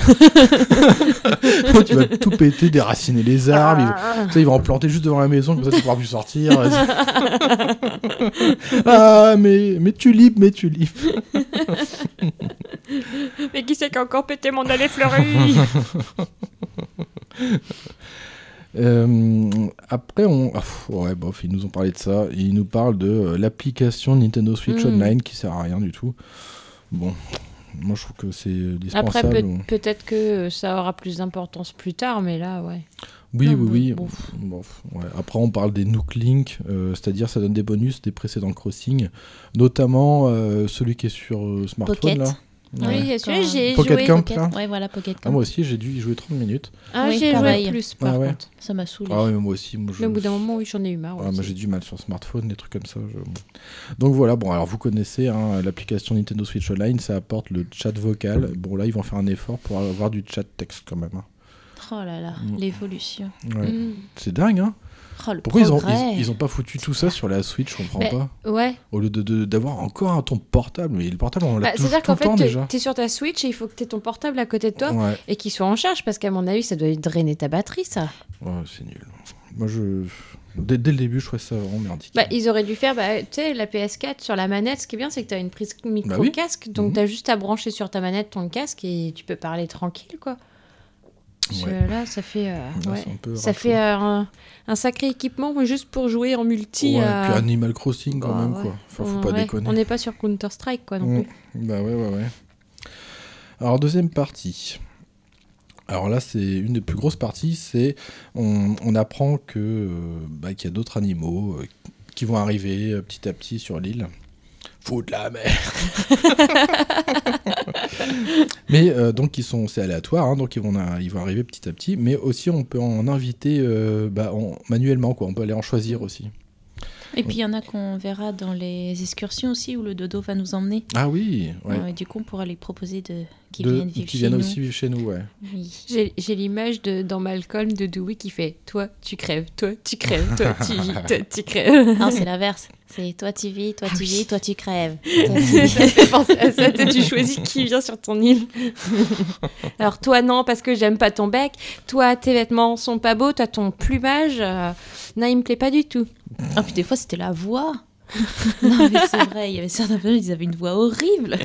C: tu vas tout péter, déraciner les arbres. ils- Tu sais, ils vont en planter juste devant la maison, comme ça, tu pourras plus sortir. euh, ah, mais, mais tulipe, mais tulipe.
D: Mais qui c'est qui a encore pété mon allée fleurie
C: Euh, après, on... ah, pff, ouais, bof, ils nous ont parlé de ça. Et ils nous parlent de euh, l'application Nintendo Switch
D: Mm.
C: Online qui sert à rien du tout. Bon, moi je trouve que c'est
D: Après,
C: dispensable.
D: peut- peut-être que ça aura plus d'importance plus tard, mais là, ouais.
C: Oui,
E: Non,
C: oui,
E: bon,
C: oui.
E: bon.
C: Bon, pff, ouais. Après, on parle des Nook Link, euh, c'est-à-dire ça donne des bonus des précédents crossings, notamment euh, celui qui est sur euh, smartphone.
E: Pocket.
C: Là.
D: Oui,
C: Ouais.
D: bien sûr, j'ai
C: Pocket
D: joué.
C: Camp,
E: Pocket-
C: là.
E: Ouais, voilà, Pocket
C: Ah,
E: Camp.
C: moi aussi, j'ai dû y jouer 30 minutes.
D: Ah,
E: Oui,
D: j'ai joué
E: pareil.
D: plus, par
C: Ah ouais.
D: contre.
E: Ça m'a saoulé.
C: Ah oui, mais moi aussi. Moi, je...
D: Mais au bout d'un moment, Ah oui, j'en ai eu marre.
C: Ouais,
D: aussi.
C: moi j'ai du mal sur smartphone, des trucs comme ça. je- Donc voilà, bon, alors vous connaissez hein, l'application Nintendo Switch Online, ça apporte le chat vocal. Bon, là, ils vont faire un effort pour avoir du chat texte quand même. hein.
E: Oh là là,
C: Mm.
E: l'évolution.
C: Ouais.
D: Mm.
C: C'est dingue, hein
E: Oh, le
C: Pourquoi ils ont,
E: progrès.
C: ils, ils ont pas foutu tout ça sur la Switch, je comprends
D: Mais-
C: pas.
D: Ouais.
C: Au lieu de- de- d'avoir encore un ton portable, mais le portable, on l'a
D: Bah,
C: tout,
D: C'est-à-dire
C: tout
D: qu'en
C: le temps
D: fait, t'es-
C: déjà.
D: t'es sur ta Switch et il faut que t'aies ton portable à côté de toi
C: Ouais,
D: et qu'il soit en charge parce qu'à mon avis, ça doit drainer ta batterie, ça.
C: ouais, c'est nul. Moi, je... Dès, dès le début, je trouvais ça vraiment merdique.
D: Bah, ils auraient dû faire, bah, tu sais, la PS4 sur la manette. Ce qui est bien, c'est que t'as une prise
C: Bah oui.
D: micro-casque, donc
C: Mhm.
D: t'as juste à brancher sur ta manette ton casque et tu peux parler tranquille, quoi. Parce que
C: Ouais.
D: Là, ça fait, euh,
C: Là,
D: ouais.
C: c'est un peu
D: ça
C: raclou.
D: fait euh, un, un sacré équipement moi, juste pour jouer en multi.
C: Ouais,
D: à-
C: puis Animal Crossing quand
D: euh, Bah,
C: même,
D: ouais.
C: quoi. Enfin, faut pas
D: Ouais,
C: déconner.
D: On n'est pas sur Counter-Strike, quoi, non
C: Mm.
D: plus.
C: Bah ouais, ouais, ouais. Alors, deuxième partie. Alors là, c'est une des plus grosses parties, c'est on, on apprend que euh, bah, qu'il y a d'autres animaux euh, qui vont arriver euh, petit à petit sur l'île. Fout de la mer Mais euh, donc ils sont, c'est aléatoire, hein, donc ils vont, ils vont arriver petit à petit. Mais aussi on peut en inviter euh, bah, en- manuellement, quoi. On peut aller en choisir aussi.
E: Et puis il y en a qu'on verra dans les excursions aussi où le dodo va nous emmener.
C: Ah oui, ouais.
E: Ouais, du coup, on pourra lui proposer de... qu'ils
C: De-
E: viennent vivre
C: qui
E: chez
C: viennent
E: nous.
C: aussi vivre chez nous, ouais.
E: Oui.
D: J'ai j'ai l'image de dans Malcolm de Dewey qui fait Toi, tu crèves, toi, tu crèves, toi, tu vis, toi, tu crèves.
E: Non, Ah, c'est l'inverse. C'est toi tu vis, toi
D: Ah
E: tu
D: oui.
E: vis, toi tu crèves.
D: ça me fait penser à ça. toi, Tu choisis qui vient sur ton île. Alors, toi, non, parce que j'aime pas ton bec. Toi, tes vêtements sont pas beaux. Toi, ton plumage, euh, non, il me plaît pas du tout.
E: Ah puis des fois c'était la voix. non mais c'est vrai, il y avait certains personnes ils avaient une voix horrible.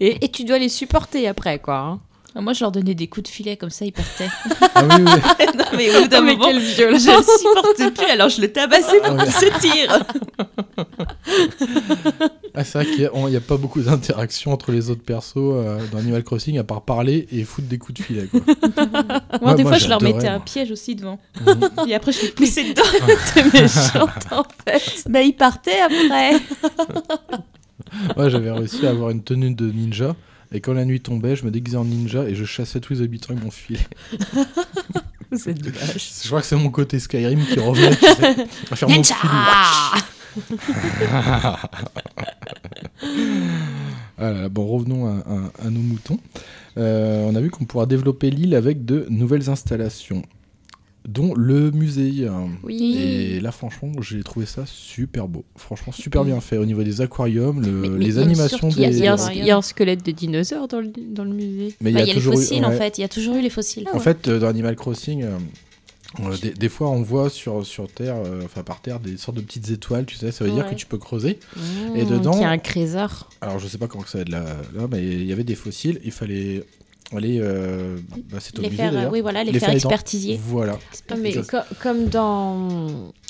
D: Et, et tu dois les supporter après, quoi. hein.
E: Ah, Moi je leur donnais des coups de filet comme ça ils partaient.
C: Ah oui, oui, oui.
E: non mais au bout d'un
D: mais
E: moment,
D: quelle
E: je le
D: violence
E: supportais plus alors je le tabassais pour qu'il se tire.
C: Ah, c'est vrai qu'il n'y a, pas beaucoup d'interactions entre les autres persos euh, dans Animal Crossing à part parler et foutre des coups de filet. Quoi.
E: Moi,
C: Ouais,
E: des
C: moi,
E: fois je leur
C: j'adorais,
E: mettais un
C: moi.
E: piège aussi devant.
C: Mhm.
E: Et après je les poussais dedans.
D: T'es méchante, en fait.
E: Bah ils partaient après.
C: Moi, j'avais réussi à avoir une tenue de ninja et quand la nuit tombait, je me déguisais en ninja et je chassais tous les habitants avec mon filet.
D: Vous êtes des vaches.
C: Je crois que c'est mon côté Skyrim qui revenait. tu sais. À faire mon filou.
D: Ninja
C: Ah là là, bon, revenons à, à- à nos moutons. Euh, on a vu qu'on pourra développer l'île avec de nouvelles installations, dont le musée. euh,
D: Oui.
C: Et là, franchement, j'ai trouvé ça super beau. Franchement, super bien fait. Au niveau des aquariums, le-
E: Mais- mais
C: les
E: même
C: animations
E: surtout, il y a-
C: des.
D: Il y, a
E: des
D: un, il y a un squelette de dinosaure dans le, dans le musée.
C: Mais
E: Bah, Il y a, les
C: toujours eu-
E: fossiles en
C: ouais.
E: fait, il y a toujours eu les fossiles.
D: Ah
C: En fait, euh, dans Animal Crossing, euh, euh, des, des fois, on voit sur, sur Terre, euh, enfin par Terre, des sortes de petites étoiles, tu sais, ça veut dire
E: Ouais.
C: que tu peux creuser.
D: Mmh,
C: dedans-
D: Il y a un crésor.
C: Alors, je sais pas comment que ça va être là, là, mais il y avait des fossiles, il fallait aller. euh, bah, c'est au
E: les
C: musée,
E: faire, euh,
C: d'ailleurs.
E: oui voilà, les,
C: Les
E: faire
C: faire étant-
E: expertisier.
C: Voilà.
D: Non, mais
C: Exact.
D: co- comme dans.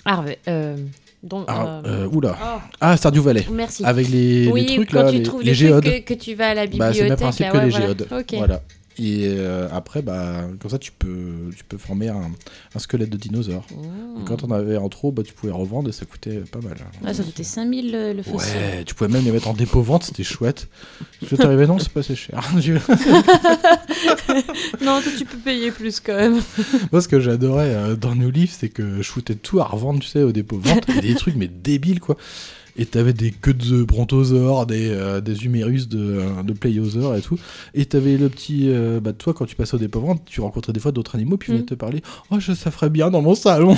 D: Harvey. euh, dans,
C: Ah,
D: euh,
C: euh, oula. Ah, Stardew Valley.
D: oh, merci.
C: Avec les, les
D: oui,
C: trucs
D: quand
C: là,
D: tu
C: les,
D: trouves
C: les
D: les
C: géodes.
D: trucs que, que tu vas à la
C: Bah,
D: bibliothèque.
C: c'est le même principe
D: là,
C: que
D: ouais,
C: les
D: voilà.
C: géodes.
D: Ok.
C: Voilà. Et euh, après, bah, comme ça, tu peux, tu peux former un, un squelette de dinosaure.
D: Mmh.
C: Et quand on avait en trop, bah, tu pouvais revendre et ça coûtait pas mal.
E: Ouais, ça coûtait 5000 euh, le, le fossile.
C: Ouais, tu pouvais même les mettre en dépôt vente, c'était chouette. Je t'arrivais, non, c'est pas assez cher. Je-
D: Non, toi, tu peux payer plus quand même.
C: Moi, ce que j'adorais euh, dans New Leaf, c'est que je foutais tout à revendre, tu sais, au dépôt vente. Et des trucs, mais débiles, quoi. Et t'avais des queues de brontosaures, des, euh, des humérus de, de pléiosaures et tout. Et t'avais le petit. euh, bah, toi, quand tu passais au dépôt vente, tu rencontrais des fois d'autres animaux, puis ils venaient
D: Mm.
C: te parler. Oh, je, ça ferait bien dans mon salon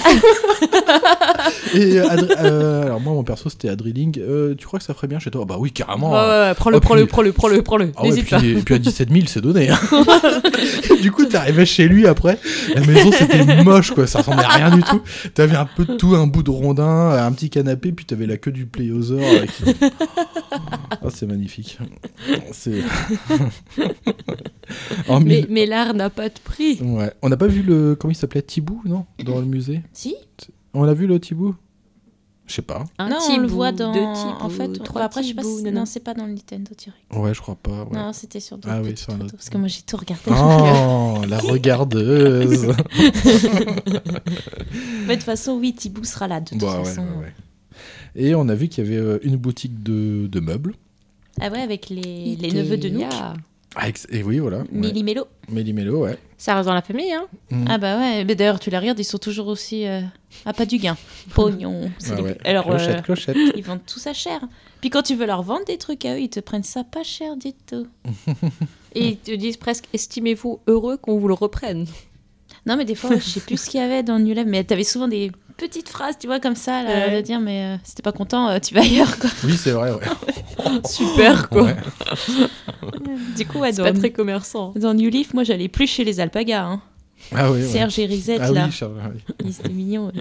C: Et euh, Adri- euh, alors, moi, mon perso, c'était Adrilling. Euh, tu crois que ça ferait bien chez toi Ah Bah oui, carrément.
D: Ouais, ouais, ouais, prends-le,
C: oh, puis-
D: prends-le, prends-le, prends-le, prends-le.
C: Ah ouais,
D: N'hésite
C: puis, et puis à 17 000, c'est donné. hein. du coup, t'arrivais chez lui après. La maison, c'était moche, quoi. Ça ressemblait à rien du tout. T'avais un peu de tout, un bout de rondin, un petit canapé, puis t'avais la queue du pléosaure. euh, qui- Ah, c'est magnifique. C'est.
D: pas.
C: En
D: Mais,
C: mille-
D: mais l'art n'a pas de prix.
C: Ouais. On n'a pas vu le. Comment il s'appelait Tibou, non Dans le musée
E: Si
C: On a vu le Tibou Je sais pas.
D: Un
E: non, on
D: tibou,
E: le voit dans.
D: deux tibous,
E: en fait, on-
D: trois
E: après, je sais pas
D: tibous,
E: si-
D: non,
E: Non,
D: non.
E: c'est pas dans le Nintendo Direct.
C: Ouais, je crois pas. ouais.
E: Non, c'était sur d'autres
C: Ah oui,
E: petites
C: sur un autre.
E: photos, Parce que moi, j'ai tout regardé.
C: Oh, la regardeuse
E: Mais de toute façon, oui, Tibou sera là, de toute
C: Bah ouais,
E: façon. euh.
C: ouais, ouais. Et on a vu qu'il y avait euh, une boutique de, de meubles.
E: Ah ouais, avec les, les neveux de Nook.
D: Ikea.
C: Ah, ex- et oui, voilà. Ouais.
E: Millie Mello.
C: Méli-mélo, ouais.
D: Ça reste dans la famille, hein
E: Ah bah ouais, mais d'ailleurs, tu les regardes, ils sont toujours aussi... euh, Ah, pas du gain. Pognon. c'est
C: Ah
E: les-
C: ouais.
E: Alors, euh,
C: clochette, clochette.
E: ils vendent tout ça cher. Puis quand tu veux leur vendre des trucs à eux, ils te prennent ça pas cher du tout.
D: Et ils te disent presque estimez-vous heureux qu'on vous le reprenne.
E: Non, mais des fois, je sais plus ce qu'il y avait dans New Life, mais t'avais souvent des petites phrases, tu vois, comme ça, là,
D: Ouais.
E: de dire, mais euh, si t'es pas content, euh, tu vas ailleurs, quoi.
C: Oui, c'est vrai, ouais. Oh.
D: Super quoi.
C: Ouais.
E: Du coup, ouais,
D: C'est
E: dans,
D: pas très commerçant.
E: dans New Leaf, moi, j'allais plus chez les alpagas, hein.
C: Ah oui, ouais.
E: Serge et Risette,
C: Ah
E: là.
C: oui, Charles, oui.
E: Ils étaient mignons.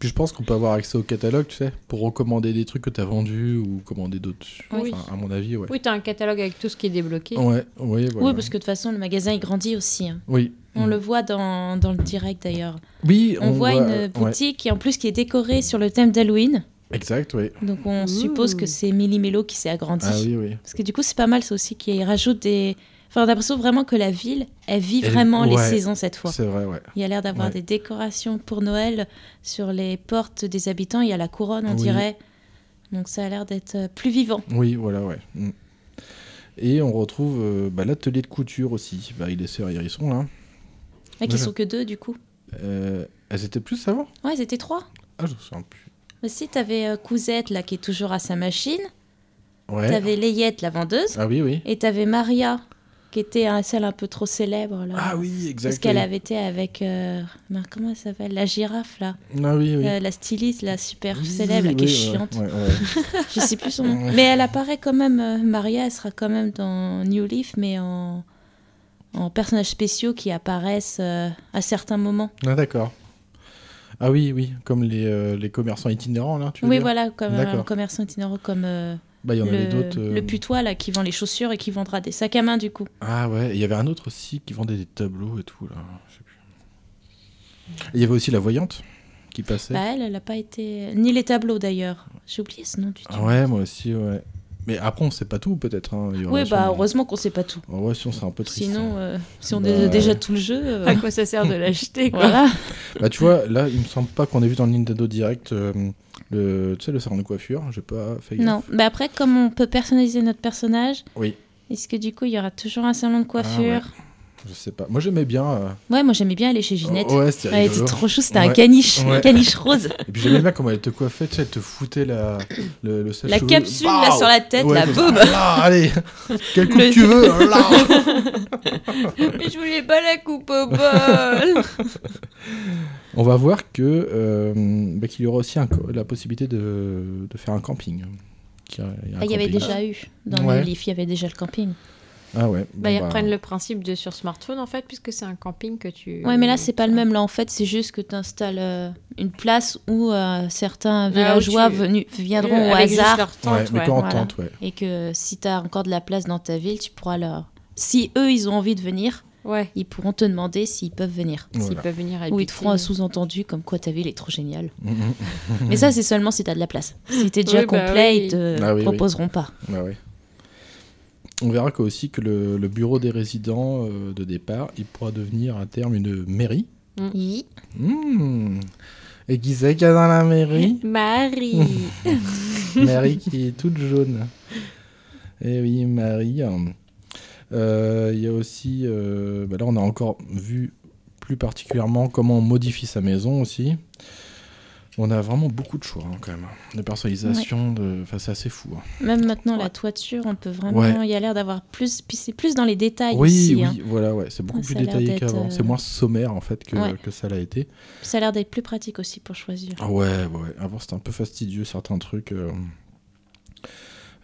C: Puis je pense qu'on peut avoir accès au catalogue, tu sais, pour recommander des trucs que t'as vendus ou commander d'autres.
D: Oui.
C: Enfin, à mon avis, ouais.
D: Oui, t'as un catalogue avec tout ce qui est débloqué.
C: Ouais, Mm. oui, voilà.
E: Oui, parce que de toute façon, le magasin, il grandit aussi, hein.
C: Oui.
E: On le voit dans, dans le direct d'ailleurs.
C: Oui,
E: On, voit, une
C: euh, ouais.
E: boutique et en plus qui est décorée sur le thème d'Halloween.
C: Exact, oui.
E: Donc on
D: Ouh.
E: suppose que c'est Millie Mello qui s'est agrandie.
C: Ah oui, oui.
E: Parce que du coup, c'est pas mal ça aussi qui rajoute des. Enfin, on a l'impression vraiment que la ville, elle vit
C: Elle-
E: vraiment les
C: ouais.
E: saisons cette fois.
C: C'est vrai, ouais.
E: Il y a l'air d'avoir
C: Ouais.
E: des décorations pour Noël sur les portes des habitants. Il y a la couronne, on
C: Oui.
E: dirait. Donc ça a l'air d'être euh, plus vivant.
C: Oui, voilà, ouais. Mm. Et on retrouve euh, bah, l'atelier de couture aussi. Bah, il est sœurs Hérisson, là.
E: Mais qui
C: Voilà.
E: sont que deux du coup.
C: Euh, elles étaient plus avant
E: Ouais, ils étaient trois.
C: Ah, je me souviens plus.
E: Mais si, t'avais euh, Cousette là qui est toujours à sa machine.
C: Ouais.
E: T'avais Layette, la vendeuse.
C: Ah oui, oui.
E: Et t'avais Maria, qui était un- celle un peu trop célèbre, là.
C: Ah oui, exact.
E: Euh, parce qu'elle
C: oui.
E: avait été avec. euh, mince, comment elle s'appelle La girafe, là.
C: Ah oui, oui.
E: Euh, la styliste, la super
C: Oui,
E: célèbre, là, qui
C: oui,
E: est
C: ouais,
E: chiante.
C: ouais, ouais.
E: Je sais plus son nom. Mais elle apparaît quand même. euh, Maria, elle sera quand même dans New Leaf, mais en. En personnages spéciaux qui apparaissent euh, à certains moments.
C: Ah d'accord. Ah oui, oui, comme les, euh, les commerçants itinérants, là, tu veux
E: Oui,
C: dire
E: voilà, comme
C: D'accord.
E: un commerçant itinérant, comme euh,
C: Bah, il y en avait
E: le,
C: d'autres. euh,
E: le putois là, qui vend les chaussures et qui vendra des sacs à main du coup.
C: Ah ouais, et il y avait un autre aussi qui vendait des tableaux et tout, là. Je sais plus. Et Il y avait aussi la voyante qui passait.
E: Bah, elle, elle n'a pas été. Ni les tableaux d'ailleurs. J'ai oublié ce nom du tout.
C: Ah ouais, moi aussi, ouais. Mais après, on sait pas tout, peut-être. hein. Il y aura
E: Oui, bah
C: sûrement-
E: heureusement qu'on sait pas tout.
C: En vrai, sinon, c'est un peu triste.
E: Sinon,
C: hein.
E: euh, si on
C: Bah,
E: a déjà
C: ouais.
E: tout le jeu, euh,
D: À quoi ça sert de l'acheter quoi
E: voilà.
C: Bah, tu vois, là, il me semble pas qu'on ait vu dans le Nintendo Direct euh, le, tu sais, le salon de coiffure. J'ai pas fait
E: Non,
C: gaffe.
E: mais après, comme on peut personnaliser notre personnage,
C: Oui,
E: est-ce que du coup il y aura toujours un salon de
C: Ah
E: coiffure
C: je sais pas. Moi, j'aimais bien. euh, oh,
E: ouais. moi j'aimais bien aller chez Ginette.
C: Ouais, c'était
E: Elle était
C: rigolo.
E: trop chou, c'était un
C: Ouais.
E: caniche,
C: Ouais.
E: un caniche rose.
C: Et puis j'aimais bien comment elle te coiffait, tu sais, elle te foutait la, le, le
E: La
C: sèche-cheveux.
E: capsule là
C: Bam
E: sur la tête,
C: Ouais,
E: la
C: comme
E: boum.
C: ça. Là, allez, quelle coupe
E: Le-
C: tu veux là
D: Mais je voulais pas la coupe au
E: Ah,
D: bol.
C: On va voir que euh, bah, qu'il y aura aussi un co- la possibilité de, de faire un camping. Qu'il y a- il y a un
E: Ah, Il y avait
C: camping.
E: déjà eu dans
C: Ouais.
E: le livre, il y avait déjà le camping.
C: Ah ouais.
D: Bah,
C: bon,
D: ils reprennent le principe de sur smartphone en fait, puisque c'est un camping que tu.
E: Ouais, mais là c'est pas le même. Là en fait, c'est juste que tu installes une place où euh, certains
D: où
E: villageois
D: tu-
E: venus, viendront
D: Euh, Avec
E: au
D: juste
E: hasard
D: leur
C: Ouais,
D: tente,
C: mais
D: ouais.
C: quand
E: voilà.
C: on tente, ouais.
E: et que si tu as encore de la place dans ta ville, tu pourras leur. Si eux, ils ont envie de venir,
D: Ouais.
E: ils pourront te demander s'ils peuvent venir.
D: S'ils
C: Voilà.
D: peuvent venir habiter.
E: Ou ils te feront un sous-entendu comme quoi ta ville est trop géniale.
C: Mhm, mhm.
E: Mais ça, c'est seulement si tu as de la place. Si t'es déjà
D: Oui, bah
E: complet,
D: oui.
E: ils te
C: Ah oui, oui.
E: proposeront pas.
C: Bah ouais. On verra que aussi que le, le bureau des résidents euh, de départ, il pourra devenir à terme une mairie.
E: Oui.
C: Hmm. Et qui c'est qu'il y a dans la mairie
D: Marie.
C: Marie qui est toute jaune. Eh oui, Marie. Euh, Il y a aussi. euh, bah là, on a encore vu plus particulièrement comment on modifie sa maison aussi. On a vraiment beaucoup de choix hein, quand même. De personnalisation, de... enfin, c'est assez fou. hein.
E: Même maintenant, la
D: Ouais.
E: toiture, on peut vraiment.
C: Ouais.
E: Il y a l'air d'avoir plus. Puis c'est plus dans les détails
C: Oui,
E: aussi.
C: oui,
E: hein.
C: voilà, ouais, c'est beaucoup
E: Ça
C: plus
E: a l'air
C: détaillé
E: d'être,
C: qu'avant.
E: euh,
C: C'est moins sommaire en fait que,
E: Ouais.
C: que ça l'a été.
E: Ça a l'air d'être plus pratique aussi pour choisir.
C: Ah Ouais, ouais, ouais. Avant, c'était un peu fastidieux, certains trucs. euh.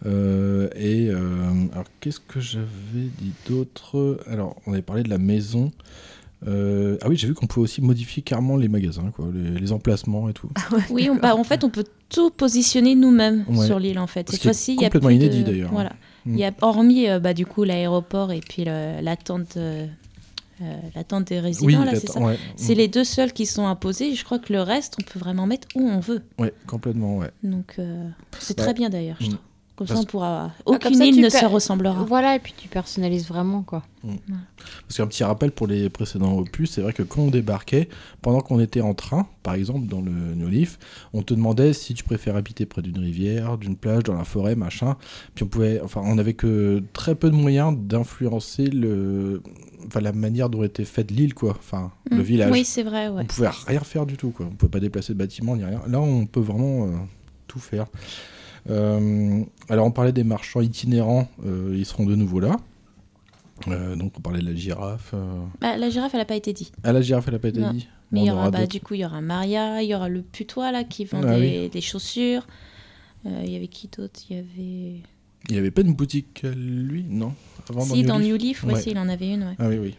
C: Euh, et euh, alors, qu'est-ce que j'avais dit d'autre Alors, on avait parlé de la maison. Euh, ah oui, j'ai vu qu'on pouvait aussi modifier carrément les magasins, quoi, les, les emplacements et tout.
E: Oui, on- bah, en fait, on peut tout positionner nous-mêmes
C: Ouais.
E: sur l'île, en fait.
C: Ce
E: Cette
C: qui est
E: fois-ci, il y a
C: complètement
E: plus de-
C: inédit, d'ailleurs. hein.
E: Voilà.
C: Mm.
E: Il y a hormis euh, bah, du coup l'aéroport et puis le- l'attente euh, euh, la tente des résidents,
C: Oui,
E: là,
C: la-
E: c'est ça
C: ouais. Mm.
E: C'est les deux seuls qui sont imposés. Je crois que le reste, on peut vraiment mettre où on veut.
C: Ouais, complètement, ouais.
E: Donc, euh, c'est
C: Bah,
E: très bien d'ailleurs, je
C: mm.
E: trouve. Comme ça,
C: Parce-
E: on pourra.
F: Ah, comme
E: Aucune
F: ça,
E: île
F: tu
E: ne
F: peux-
E: se ressemblera.
F: Voilà, et puis tu personnalises vraiment, quoi.
C: Parce qu'un petit rappel pour les précédents opus, c'est vrai que quand on débarquait, pendant qu'on était en train, par exemple dans le New Leaf, on te demandait si tu préfères habiter près d'une rivière, d'une plage, dans la forêt, machin. Puis on pouvait, enfin, on avait que très peu de moyens d'influencer le, enfin, la manière dont était faite l'île, quoi. Enfin, le
E: Mm.
C: village.
E: Oui, c'est vrai, ouais.
C: On pouvait rien faire du tout, quoi. On pouvait pas déplacer de bâtiment ni rien. Là, on peut vraiment euh, tout faire. Euh, alors, on parlait des marchands itinérants, euh, ils seront de nouveau là. Euh, donc, on parlait de la girafe. euh.
E: Bah, la girafe, elle n'a pas été dit.
C: Ah, la girafe, elle a pas été
E: Non.
C: dit.
E: Mais
C: On
E: il y aura,
C: aura
E: bah,
C: d'autres.
E: du coup, il y aura Maria, il y aura le putois là qui vend
C: Ah
E: des, des chaussures. Euh, Il y avait qui d'autre Il y avait.
C: Il y avait pas une boutique, euh, lui Non Avant
E: si, dans
C: Leaf
E: New Leaf, ouais,
C: Ouais.
E: si, il en avait une, ouais.
C: Ah oui, oui.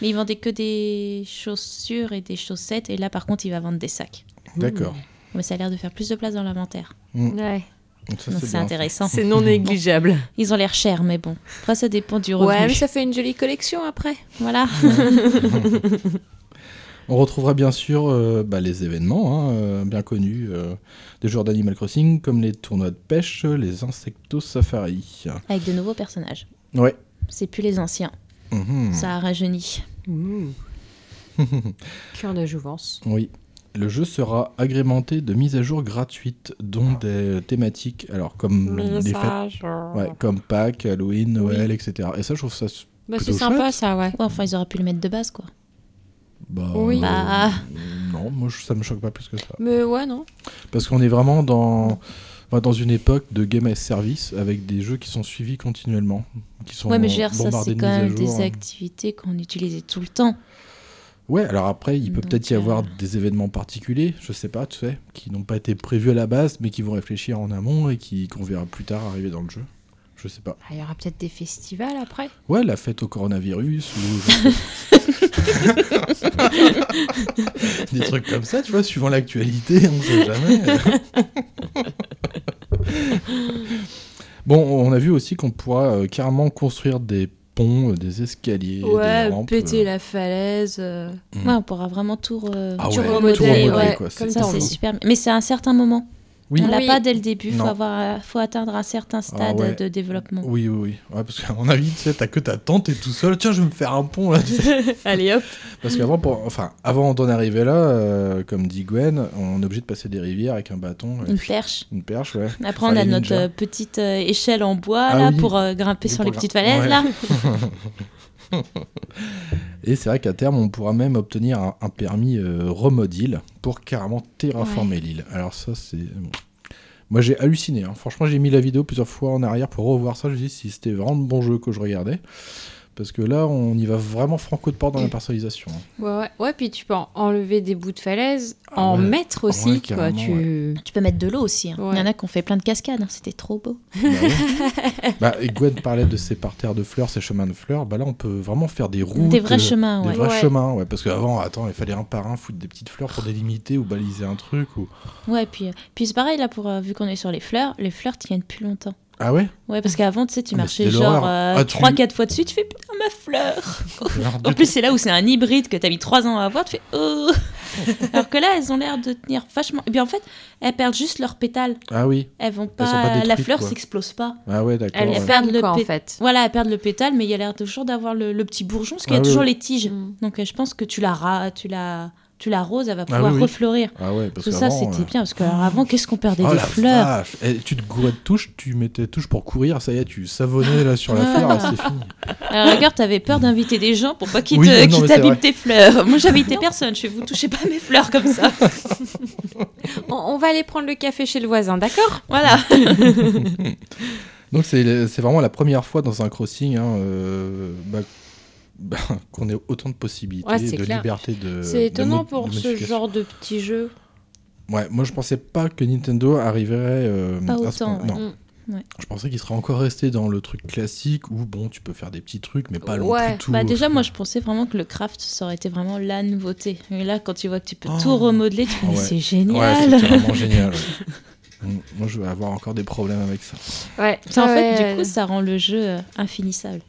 E: Mais il vendait que des chaussures et des chaussettes. Et là, par contre, il va vendre des sacs.
C: D'accord.
E: Mais ça a l'air de faire plus de place dans l'inventaire.
F: Ouais.
C: Donc ça,
E: Donc,
C: c'est
E: c'est
C: bien.
E: intéressant.
D: C'est non négligeable.
E: Ils ont l'air chers, mais bon. Après, ça dépend du revenu.
D: Ouais, mais ça fait une jolie collection après.
E: Voilà.
C: On retrouvera bien sûr euh, bah, les événements hein, euh, bien connus euh, des joueurs d'Animal Crossing, comme les tournois de pêche, les insectos safari.
E: Avec de nouveaux personnages.
C: Ouais.
E: C'est plus les anciens.
C: Mhm.
E: Ça a rajeuni.
D: Cœur de jouvence.
C: Oui. Le jeu sera agrémenté de mises à jour gratuites, dont des thématiques, alors comme les fêtes,
D: Ah, Bah,
C: ouais, comme Pâques, Halloween, Noël, etc. Et ça, je trouve ça. s-
D: Bah, c'est
C: Plutôt
D: sympa ça, ouais.
E: Ouais, enfin, ils auraient pu le mettre de base, quoi.
C: Bah,
D: Oui.
C: euh,
E: Bah.
C: Non, moi, je- ça me choque pas plus que ça.
D: Mais ouais, non.
C: Parce qu'on est vraiment dans. enfin, dans une époque de game as service avec des jeux qui sont suivis continuellement, qui sont
E: Ouais, mais je veux dire, ça,
C: bombardés
E: c'est
C: de
E: quand
C: mises
E: même
C: à jour. hein.
E: des activités qu'on utilisait tout le temps.
C: Ouais, alors après, il peut
E: Donc,
C: peut-être y
E: euh,
C: avoir des événements particuliers, je sais pas, tu sais, qui n'ont pas été prévus à la base, mais qui vont réfléchir en amont et qui qu'on verra plus tard arriver dans le jeu. Je sais pas.
F: Ah, Il y aura peut-être des festivals après.
C: Ouais, la fête au coronavirus ou je sais pas. des trucs comme ça, tu vois, suivant l'actualité, on sait jamais. bon, on a vu aussi qu'on pourra euh, carrément construire des ponts, euh, des escaliers,
D: ouais,
C: des rampes.
D: péter
C: euh.
D: la falaise. euh.
C: Mm.
E: Ouais, on pourra vraiment tout, re-
C: Ah
D: Tu
C: ouais,
D: remodeles,
C: tout remodeler,
D: ouais,
C: quoi.
D: comme
C: c'est
E: Ça,
D: ça, on
E: c'est
D: veut.
E: super. Mais c'est à un certain moment.
C: Oui.
E: On l'a
D: Oui.
E: pas dès le début. Faut,
C: Non. Ah
E: avoir, faut atteindre un certain stade
C: ouais.
E: de développement.
C: Oui, oui, oui. Ouais, parce qu'à mon avis, tu sais, t'as que ta tante et tout seul. Tiens, je vais me faire un pont là.
D: Allez hop.
C: parce qu'avant, pour... enfin, avant d'en arriver là, euh, comme dit Gwen, on est obligé de passer des rivières avec un bâton, euh,
E: Une perche.
C: une perche, ouais.
E: Après,
C: Faire
E: on
C: les
E: a notre
C: ninjas.
E: euh, petite euh, échelle en bois
C: Ah
E: là,
C: oui.
E: pour euh, grimper
C: Oui,
E: sur les
C: pour
E: petites
C: grimper. Ouais.
E: falaises. Là.
C: Et c'est vrai qu'à terme, on pourra même obtenir un, un permis euh, remodile pour carrément terraformer l'île. Alors ça, c'est bon. Moi, j'ai halluciné. hein. Franchement, j'ai mis la vidéo plusieurs fois en arrière pour revoir ça. Je me dis si c'était vraiment de bon jeu que je regardais. Parce que là, on y va vraiment franco de porte dans la personnalisation. hein.
F: Ouais, ouais. Ouais, puis tu peux en- enlever des bouts de falaise,
C: Ah
F: en
C: ouais.
F: mettre aussi,
C: Ouais,
F: quoi.
C: carrément,
F: Tu...
E: Tu peux mettre de l'eau aussi. hein. Il y en
F: Ouais.
E: a qui ont fait plein de cascades. hein. C'était trop beau.
C: Bah oui. Bah, et Gwen parlait de ses parterres de fleurs, ses chemins de fleurs. Bah là, on peut vraiment faire des routes.
E: Des vrais
C: euh,
E: chemins,
C: Des
E: ouais.
C: vrais
D: Ouais.
C: chemins, ouais. Parce qu'avant, attends, il fallait un par un foutre des petites fleurs pour délimiter ou baliser un truc. Ou...
E: Ouais, puis, euh, puis c'est pareil là, pour, euh, vu qu'on est sur les fleurs, les fleurs tiennent plus longtemps.
C: Ah ouais
E: Ouais, parce qu'avant, tu sais, tu
C: Ah, mais
E: marchais
C: c'était
E: genre
C: l'horreur.
E: euh,
C: Ah, tu-
E: 3-4 fois dessus, tu fais putain ma fleur. En plus, c'est là où c'est un hybride que t'as mis 3 ans à avoir, tu fais oh. Alors que là, elles ont l'air de tenir vachement. Et bien en fait, elles perdent juste leurs pétales.
C: Ah oui.
E: Elles vont
C: Elles sont pas
E: pas. la
C: détruites,
E: fleur
C: quoi.
E: s'explose pas.
C: Ah ouais, d'accord.
F: Elle
C: ouais.
F: est
E: ouais.
F: ferme,
E: Le
F: quoi, en
E: pé-
F: fait.
E: Voilà, elles perdent le pétale, mais il y a l'air toujours d'avoir le, le petit bourgeon, parce qu'il y
C: Ah
E: a
C: oui,
E: toujours
C: oui.
E: les tiges.
D: Mm.
E: Donc euh, je pense que tu la ra- tu la, tu la roses, elle va pouvoir
C: oui, oui.
E: refleurir.
C: Ah ouais, parce
E: Tout ça,
C: qu'avant,
E: c'était
C: euh,
E: bien, parce que alors, avant, qu'est-ce qu'on perdait
C: Oh
E: des
C: la
E: fleurs
C: vache Eh, Tu te gourais de touche, tu mettais touche pour courir, ça y est, tu savonnais là sur la
E: Ah.
C: fleur, et c'est fini.
E: Alors, regarde, t'avais peur d'inviter des gens pour pas qu'ils
C: Oui,
E: te-
C: non,
E: qu'ils
C: non, mais c'est
E: t'abîment
C: vrai.
E: tes fleurs. Moi, j'invitais personne. Je fais, vous touchez pas mes fleurs comme ça.
F: On, on va aller prendre le café chez le voisin, d'accord
E: Voilà.
C: Donc c'est c'est vraiment la première fois dans un crossing hein, euh, bah, bah, qu'on ait autant de possibilités,
F: Ouais, c'est
C: de
F: clair.
C: liberté de. de
D: C'est étonnant
C: mo- de
D: pour ce
C: modification.
D: genre de petit jeu.
C: Ouais, moi je pensais pas que Nintendo arriverait. euh,
E: Pas
C: à ce
E: autant,
C: point-
E: ouais.
C: Non.
E: Mm. Ouais.
C: Je pensais qu'il serait encore resté dans le truc classique où bon, tu peux faire des petits trucs, mais pas
D: Ouais.
C: long plus tout.
E: Bah, déjà, moi, je pensais vraiment que le craft, ça aurait été vraiment la nouveauté. Mais là, quand tu vois que tu peux
C: Oh.
E: tout remodeler, tu fais,
C: Ah
E: mais
C: ouais.
E: c'est
C: Ouais,
E: génial.
C: c'était vraiment génial. ouais. Mm, Moi, je vais avoir encore des problèmes avec ça.
F: Ouais.
E: Ça, en
F: Ah
D: Ah
F: Ouais,
E: fait,
F: ouais.
E: du coup, ça rend le jeu euh, infinissable.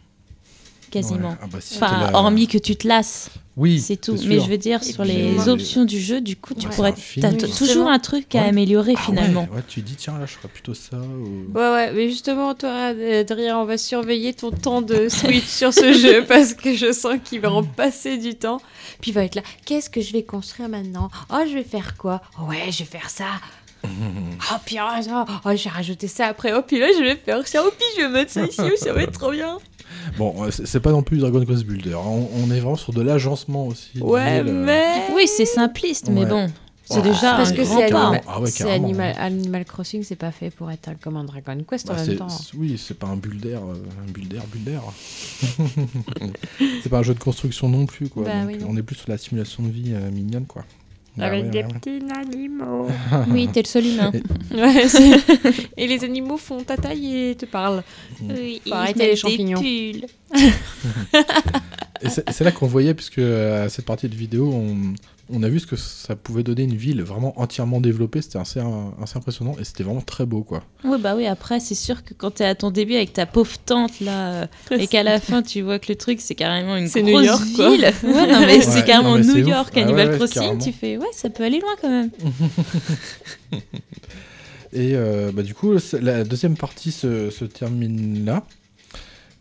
E: quasiment.
C: Ouais. Ah bah, si
E: Enfin,
C: t'as la-
E: hormis que tu te lasses,
C: Oui,
E: c'est tout.
C: c'est
E: Mais
C: sûr.
E: je veux dire,
D: Et
E: sur
D: puis, euh,
E: les
D: moi-
E: options du jeu, du coup, tu
C: Ouais,
E: pourrais.
C: c'est infini.
E: T'as t-
D: Justement.
E: toujours un truc à
C: Ouais.
E: améliorer
C: Ah ouais,
E: finalement.
C: ouais, tu dis, tiens, là, je ferais plutôt ça. ou-
D: Ouais, ouais, mais justement, toi, Adrien, on va surveiller ton temps de Switch sur ce jeu parce que je sens qu'il va en passer du temps.
F: Puis il va être là. Qu'est-ce que je vais construire maintenant Oh, je vais faire quoi Ouais, je vais faire ça.
D: Oh, puis oh, ça, oh, je vais rajouter ça après. Oh, puis là, je vais faire ça. Oh, puis je vais mettre ça ici. Oh, ça va être trop bien.
C: Bon, euh, c'est c'est pas non plus Dragon Quest Builder. hein. On, on est vraiment sur de l'agencement aussi.
D: Ouais,
C: lié, là.
D: mais.
E: Oui, c'est simpliste, mais
C: Ouais.
E: bon, c'est
C: Ouais,
E: déjà
D: Parce
E: un
D: que
E: grand
D: c'est
E: pas.
D: animal,
C: Ah ouais,
D: c'est
C: carrément.
D: animal, Animal Crossing, c'est pas fait pour être comme un Dragon Quest
C: Bah,
D: en
C: c'est-
D: même temps.
C: c'est- oui, c'est pas un builder, euh, un builder, builder. c'est pas un jeu de construction non plus, quoi.
D: Bah
C: Donc,
D: oui, non. Ah,
C: On est plus sur la simulation de vie euh, mignonne, quoi. Bah ouais, ouais, ouais.
D: petits animaux.
E: Oui, t'es le seul humain.
D: Ouais, c'est- et les animaux font ta taille et te parlent.
C: Mm.
D: Euh,
E: Oui,
D: Faut arrêter les champignons.
C: Et c'est c'est là qu'on voyait, puisque euh, à cette partie de vidéo, on, on a vu ce que ça pouvait donner une ville vraiment entièrement développée. C'était assez, euh, assez impressionnant et c'était vraiment très beau, quoi.
E: Oui, bah oui, après, c'est sûr que quand t'es à ton début avec ta pauvre tante, là, euh, et qu'à la fin, tu vois que le truc, c'est carrément une
D: C'est
E: grosse
D: New York, quoi.
E: ville. Ouais, non, mais
C: Ouais,
E: c'est carrément
C: non, mais c'est
E: New
C: ouf.
E: York,
C: Ah ouais,
E: Animal
C: ouais,
E: Crossing,
C: carrément.
E: tu fais, ouais, ça peut aller loin quand même.
C: Et euh, bah, du coup, c'est- la deuxième partie se, se termine là.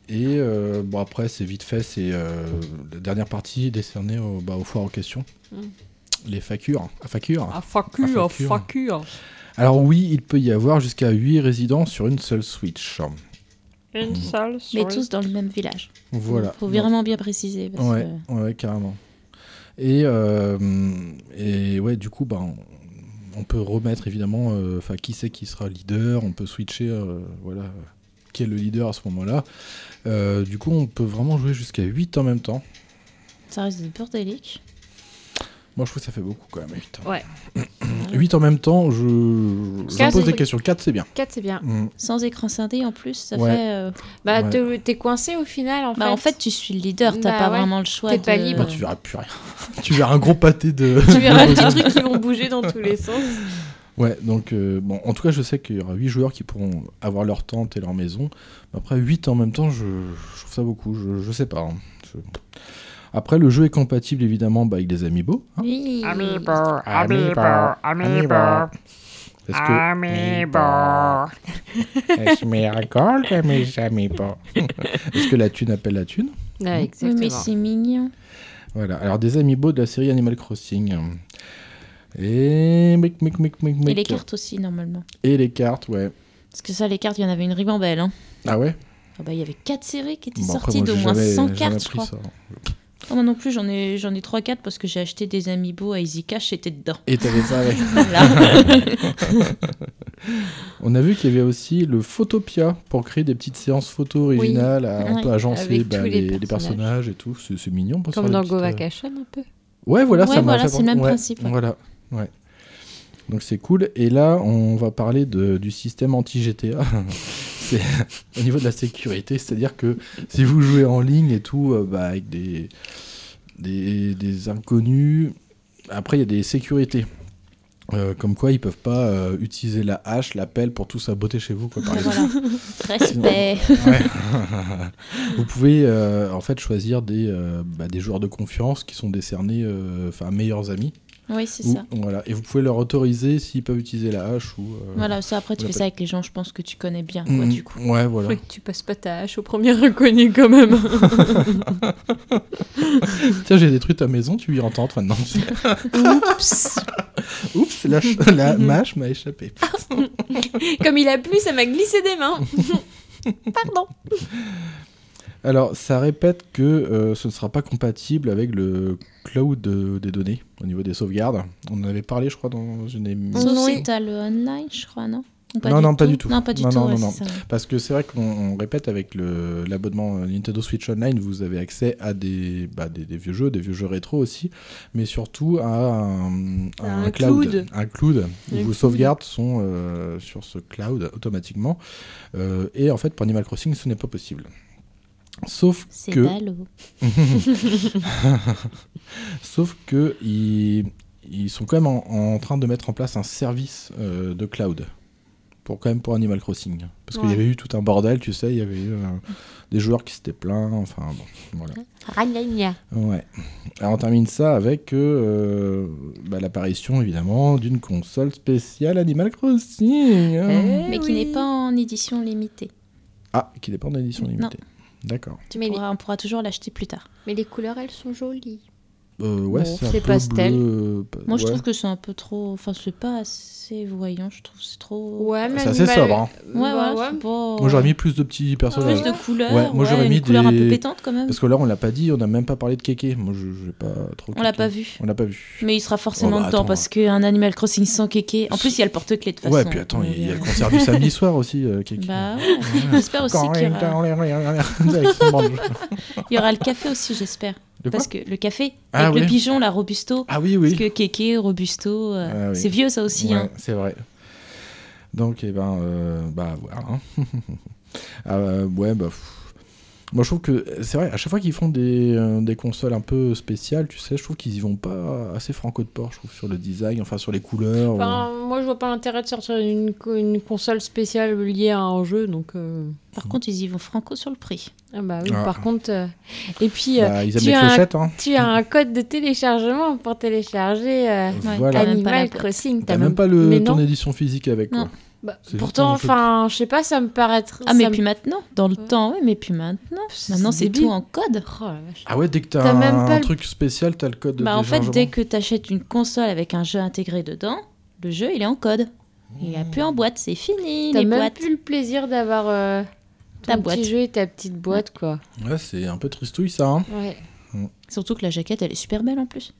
C: Et euh, bon, après, c'est vite fait, c'est euh, la dernière partie décernée au, bah, aux foires en question.
D: Mm.
C: Les factures. à facture.
D: Ah,
C: Ah,
D: facure, ah,
C: facure.
D: facure.
C: Alors, oui, il peut y avoir jusqu'à 8 résidents sur une seule Switch.
D: Une seule
E: Mais tous dans le même village.
C: Voilà.
E: Faut vraiment bien préciser. Parce
C: Ouais,
E: que...
C: ouais, carrément. Et, euh, et ouais, du coup, ben, on peut remettre évidemment euh, 'fin, qui c'est qui sera leader, on peut switcher, euh, voilà, euh, qui est le leader à ce moment-là. Euh, du coup, on peut vraiment jouer jusqu'à 8 en même temps.
E: Ça reste bordélique.
C: Moi, je trouve que ça fait beaucoup quand même, 8.
D: Ouais.
C: 8 en même temps, je. J'en
D: Quatre,
C: pose des
D: c'est-
C: questions. 4, c'est bien.
D: 4, c'est bien.
C: Mm.
E: Sans écran scindé en plus, ça
C: Ouais.
E: fait. euh,
D: Bah,
C: Ouais.
D: te- t'es coincé au final, en
E: Bah,
D: fait.
E: en fait, tu suis le leader, t'as
D: Bah
E: pas
D: ouais.
E: vraiment le choix.
D: T'es pas
E: de-
D: libre.
C: Bah, tu verras plus rien. tu verras un gros pâté de.
D: tu verras des trucs qui vont bouger dans tous les sens.
C: Ouais, donc euh, bon, en tout cas, je sais qu'il y aura 8 joueurs qui pourront avoir leur tente et leur maison. Mais Après, 8 en même temps, je, je trouve ça beaucoup, je, je sais pas. hein. Je- Après, le jeu est compatible évidemment bah, avec des amiibo. hein.
E: Oui.
G: Amiibo,
C: Amiibo,
G: amiibo, amiibo,
C: Parce
G: Ah.
C: que
G: amiibo. Es mi recorda, mis amiibo.
C: est-ce que la thune appelle la thune
E: Oui, mais c'est mignon.
C: Voilà, alors des amiibo de la série Animal Crossing. Et. mic, mic, mic, mic,
E: Et
C: mic.
E: les cartes aussi, normalement.
C: Et les cartes, ouais.
E: Parce que ça, les cartes, il y en avait une ribambelle. Hein.
C: Ah ouais
E: Ah bah, il y avait 4 séries qui étaient
C: Bon, après,
E: sorties
C: moi,
E: d'au
C: j'ai
E: moins
C: jamais-
E: 100
C: jamais
E: cartes, je
C: pris
E: crois.
C: ça.
E: Oh, moi non plus, j'en ai, j'en ai 3-4 parce que j'ai acheté des amiibo à Easy Cash, j'étais dedans.
C: Et t'avais ça avec.
E: Voilà.
C: On a vu qu'il y avait aussi le Photopia pour créer des petites séances photo originales. à- on
E: Ouais,
C: peut agencer
D: avec
C: bah,
D: tous
C: les,
D: les
C: les personnages.
D: personnages
C: et tout. C'est c'est mignon. Pour se
D: Comme
C: faire
D: dans
C: des
D: Go
C: petites, euh,
D: Vacation, un peu.
C: Ouais, voilà,
E: Ouais,
C: ça m'a- ça
E: voilà, c'est
C: m'a-
E: le même
C: ouais,
E: principe, ouais.
C: Voilà, ouais. Donc c'est cool. Et là, on va parler de- du système anti-GTA. C'est- au niveau de la sécurité, c'est-à-dire que si vous jouez en ligne et tout, euh, bah, avec des, des, des inconnus, après il y a des sécurités. Euh, comme quoi ils peuvent pas euh, utiliser la hache, la pelle pour tout saboter chez vous. Quoi, par exemple.
E: voilà. Respect.
C: Ouais. Vous pouvez euh, en fait choisir des, euh, bah, des joueurs de confiance qui sont décernés, euh, enfin meilleurs amis.
E: Oui, c'est
C: Ou-
E: ça.
C: Voilà. Et vous pouvez leur autoriser s'ils peuvent utiliser la hache ou. euh,
E: Voilà, ça après, tu
C: Ouais,
E: fais ça avec les gens, je pense que tu connais bien, quoi,
C: mm,
E: du coup.
C: Ouais, voilà.
D: Faudrait que tu passes pas ta hache au premier reconnu, quand même.
C: Tiens, j'ai détruit ta maison, tu y entends maintenant.
D: Oups.
C: Oups, la, ch- la
E: Mhm.
C: ma hache m'a échappé.
D: Comme il a plu, ça m'a glissé des mains. Pardon.
C: Alors, ça répète que euh, ce ne sera pas compatible avec le cloud euh, des données au niveau des sauvegardes. On en avait parlé, je crois, dans une émission.
E: Sauf
D: Oui.
E: si t'as le online, je crois, non Ou
C: Non, non, pas du tout.
E: Non, pas du
C: Non,
E: tout,
C: non,
E: ouais,
C: non,
E: c'est ça.
C: Parce que c'est vrai qu'on on répète avec le- l'abonnement euh, Nintendo Switch Online, vous avez accès à des, bah, des, des vieux jeux, des vieux jeux rétro aussi, mais surtout à un, à
D: Un
C: un cloud,
D: cloud.
C: un cloud où
D: Un
C: vos
D: cloud.
C: sauvegardes sont euh, sur ce cloud automatiquement. Euh, et en fait, pour Animal Crossing, ce n'est pas possible. Sauf
E: C'est
C: que,
E: ballot.
C: sauf que ils, ils sont quand même en, en train de mettre en place un service euh, de cloud pour quand même pour Animal Crossing. Parce qu'il
D: Ouais.
C: y avait eu tout un bordel, tu sais, il y avait eu euh, des joueurs qui s'étaient plaints, enfin bon, voilà.
F: Ragnagna.
C: Ouais. Alors on termine ça avec euh, bah, l'apparition évidemment d'une console spéciale Animal Crossing. hein.
E: mais qui n'est pas en édition limitée.
C: Ah, qui dépend de l'édition
E: Non.
C: limitée. D'accord.
E: Tu
D: Eh
F: Mais les-
E: pourras- on pourra toujours l'acheter plus tard.
F: Mais les couleurs, elles sont jolies.
C: Euh, ouais,
D: Bon,
C: c'est un
D: c'est
C: peu
D: pastel.
C: bleu, euh, pa-
E: Moi, je
C: ouais.
E: trouve que c'est un peu trop. Enfin, c'est pas assez voyant, je trouve. C'est trop.
D: Ouais, mais bah,
C: C'est assez
D: Animal-
C: sobre. hein.
E: ouais, voilà, c'est pas-
C: Moi j'aurais mis plus de petits personnages.
E: Plus de couleurs.
C: Ouais, moi, j'aurais
E: une
C: mis
E: couleur un
C: des-
E: peu pétante quand même.
C: Parce que là on l'a pas dit, on n'a même pas parlé de Kéké. Moi je je vais pas trop.
E: On l'a
C: Kéké.
E: pas vu.
C: On l'a pas vu.
E: Mais il sera forcément
C: Oh, bah,
E: dedans
C: attends.
E: parce qu'un Animal Crossing sans kéké. En plus, il y a le porte-clés de toute
C: ouais,
E: façon.
C: puis attends,
E: Donc,
C: il y a
E: euh,
C: le concert du samedi soir aussi, euh, Kéké.
E: Bah ouais. J'espère aussi
G: Quand
E: qu'il y, aura...
C: Avec son banjo.
E: il y aura le café aussi, j'espère.
C: Le quoi
E: Parce que le café,
C: Ah,
E: avec
C: ouais.
E: le pigeon, la Robusto.
C: Ah oui,
E: Parce
C: oui.
E: que kéké, Robusto, euh,
C: Ah, oui.
E: c'est vieux ça aussi.
C: Ouais,
E: hein.
C: C'est vrai. Donc, eh ben, euh, bah, à voir. hein. Ah, euh, ouais, bah. pff. Moi, je trouve que c'est vrai, à chaque fois qu'ils font des, euh, des consoles un peu spéciales, tu sais, je trouve qu'ils y vont pas assez franco de port, je trouve, sur le design, enfin, sur les couleurs. Bah,
D: Enfin, moi, je vois pas l'intérêt de sortir une, co- une console spéciale liée à un jeu, donc. euh,
E: Par contre, ils y vont franco sur le prix.
D: Ah bah oui,
C: Ah.
D: par contre. euh, Et
C: ou-
D: puis, euh,
C: Bah, ils aiment
D: tu
C: les
D: as un-
C: clochettes, hein.
D: tu as un code de téléchargement pour télécharger euh,
E: Ouais,
C: Voilà.
E: t'as même pas la
D: Animal
E: boîte.
D: Crossing.
C: T'as même pas
D: mais
C: le,
D: non.
C: ton édition physique avec, quoi.
E: Non.
D: Bah,
C: C'est
D: pourtant,
C: juste un
D: enfin, je sais pas, ça me paraît. tr-
E: Ah,
D: Oh,
E: mais
D: ça me-
E: puis maintenant, dans le
D: Ouais.
E: temps, oui, mais puis maintenant. Maintenant, c'est
D: débile.
E: tout en code.
D: Oh la vache.
C: Ah ouais, dès que t'as
D: T'as
C: un,
D: même pas
C: un
D: le-
C: truc spécial, t'as le code de
E: Bah, en fait,
C: téléchargement.
E: dès que tu achètes une console avec un jeu intégré dedans, le jeu, il est en code. Il n'y a plus en
C: Mmh.
E: boîte, c'est fini
D: T'as
E: les
D: même
E: boîtes.
D: plus le plaisir d'avoir euh, ton
E: Ta
D: petit
E: boîte.
D: jeu et ta petite boîte, quoi.
C: Ouais, c'est un peu tristouille, ça, hein.
D: Ouais.
E: Surtout que la jaquette, elle est super belle en plus.